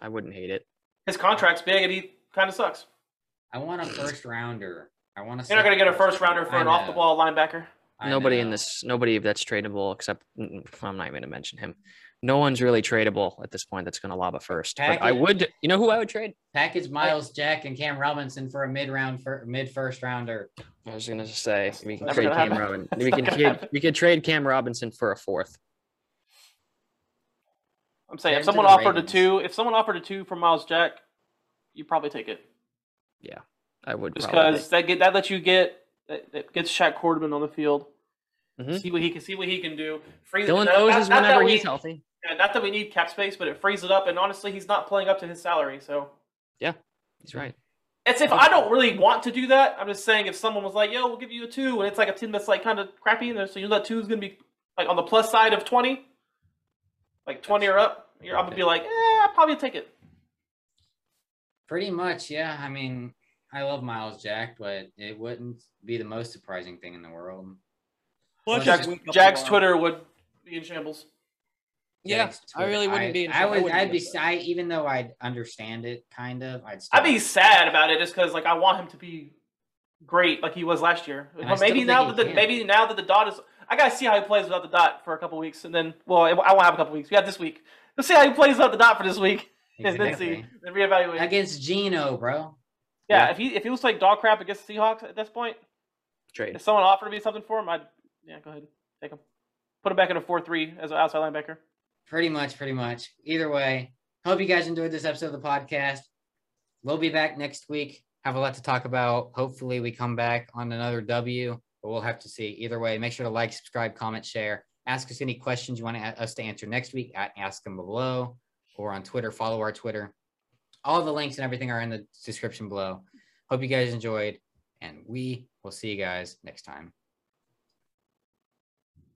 [SPEAKER 4] I wouldn't hate it.
[SPEAKER 1] His contract's big and he kind of sucks.
[SPEAKER 2] I want a first rounder I want to.
[SPEAKER 1] You're not going to get a first rounder for
[SPEAKER 2] I
[SPEAKER 1] an off the
[SPEAKER 2] know.
[SPEAKER 1] ball linebacker.
[SPEAKER 4] Nobody in this, nobody that's tradable except mm, I'm not even going to mention him. No one's really tradable at this point that's going to lob a first. But I
[SPEAKER 2] Package.
[SPEAKER 4] would, you know who I would trade?
[SPEAKER 2] package Miles Jack and Cam Robinson for a mid round for mid first rounder.
[SPEAKER 4] I was gonna say we can
[SPEAKER 1] Never
[SPEAKER 4] trade
[SPEAKER 1] gonna
[SPEAKER 4] Cam
[SPEAKER 1] happen.
[SPEAKER 4] Robinson.
[SPEAKER 1] It's
[SPEAKER 4] We
[SPEAKER 1] not
[SPEAKER 4] can
[SPEAKER 1] gonna
[SPEAKER 4] trade,
[SPEAKER 1] happen.
[SPEAKER 4] we could trade Cam Robinson for a fourth.
[SPEAKER 1] I'm saying if
[SPEAKER 2] Send to
[SPEAKER 1] someone
[SPEAKER 2] the
[SPEAKER 1] offered a
[SPEAKER 2] Ravens.
[SPEAKER 1] two, if someone offered a two for Miles Jack, you probably take it
[SPEAKER 4] I would
[SPEAKER 1] just
[SPEAKER 4] probably.
[SPEAKER 1] because that get that lets you get that, that gets Shaq Quarterman on the field.
[SPEAKER 2] Mm-hmm.
[SPEAKER 4] Mhm.
[SPEAKER 1] See what he can see what he can do. Freeze
[SPEAKER 4] Dylan
[SPEAKER 1] not-
[SPEAKER 4] Moses
[SPEAKER 1] not- not that
[SPEAKER 4] whenever
[SPEAKER 1] we-
[SPEAKER 4] he's healthy.
[SPEAKER 1] yeah, not that we need cap space, but it frees it up. And honestly, he's not playing up to his salary, so
[SPEAKER 4] He's right.
[SPEAKER 1] It's if I don't really want to do that. I'm just saying if someone was like, "Yo, we'll give you a two, and it's like a ten that's like kind of crappy, and so you know that two is gonna be like on the plus side of twenty, like twenty or up. You're, I'm gonna be like, eh, I'll probably take it.
[SPEAKER 2] Pretty much, yeah. I mean, I love Miles Jack, but it wouldn't be the most surprising thing in the world.
[SPEAKER 5] Plus,
[SPEAKER 2] Jack's-
[SPEAKER 5] just wake up
[SPEAKER 1] Jack's
[SPEAKER 5] tomorrow.
[SPEAKER 1] Twitter would be in shambles.
[SPEAKER 5] Yeah,
[SPEAKER 2] Jack's
[SPEAKER 5] I really
[SPEAKER 2] Twitter.
[SPEAKER 5] wouldn't
[SPEAKER 2] I,
[SPEAKER 5] be. in-
[SPEAKER 2] I would.
[SPEAKER 5] wouldn't
[SPEAKER 2] I'd be.
[SPEAKER 5] upset.
[SPEAKER 2] I even though I'd understand it, kind of. I'd. Still,
[SPEAKER 1] I'd be sad about it just because like I want him to be great like he was last year.
[SPEAKER 2] And I
[SPEAKER 1] But
[SPEAKER 2] still
[SPEAKER 1] maybe
[SPEAKER 2] think
[SPEAKER 1] now
[SPEAKER 2] he
[SPEAKER 1] that the,
[SPEAKER 2] can.
[SPEAKER 1] maybe now that the dot is, I gotta see how he plays without the dot for a couple weeks, and then well, I won't have a couple weeks. We got this week. Let's see how he plays without the dot for this week, and then see,
[SPEAKER 2] Exactly.
[SPEAKER 1] then reevaluate.
[SPEAKER 2] Against Gino, bro.
[SPEAKER 1] Yeah,
[SPEAKER 4] Yeah.
[SPEAKER 1] if he if he looks like dog crap against the Seahawks at this point,
[SPEAKER 4] Trade.
[SPEAKER 1] if someone offered me something for him, I'd yeah, go ahead, take him, put him back in a four three as an outside linebacker.
[SPEAKER 2] Pretty much. Pretty much. Either way, hope you guys enjoyed this episode of the podcast. We'll be back next week. Have a lot to talk about. Hopefully, we come back on another W, but we'll have to see. Either way, make sure to like, subscribe, comment, share. Ask us any questions you want a- us to answer next week at Ask Them Below or on Twitter. Follow our Twitter. All the links and everything are in the description below. Hope you guys enjoyed, and we will see you guys next time.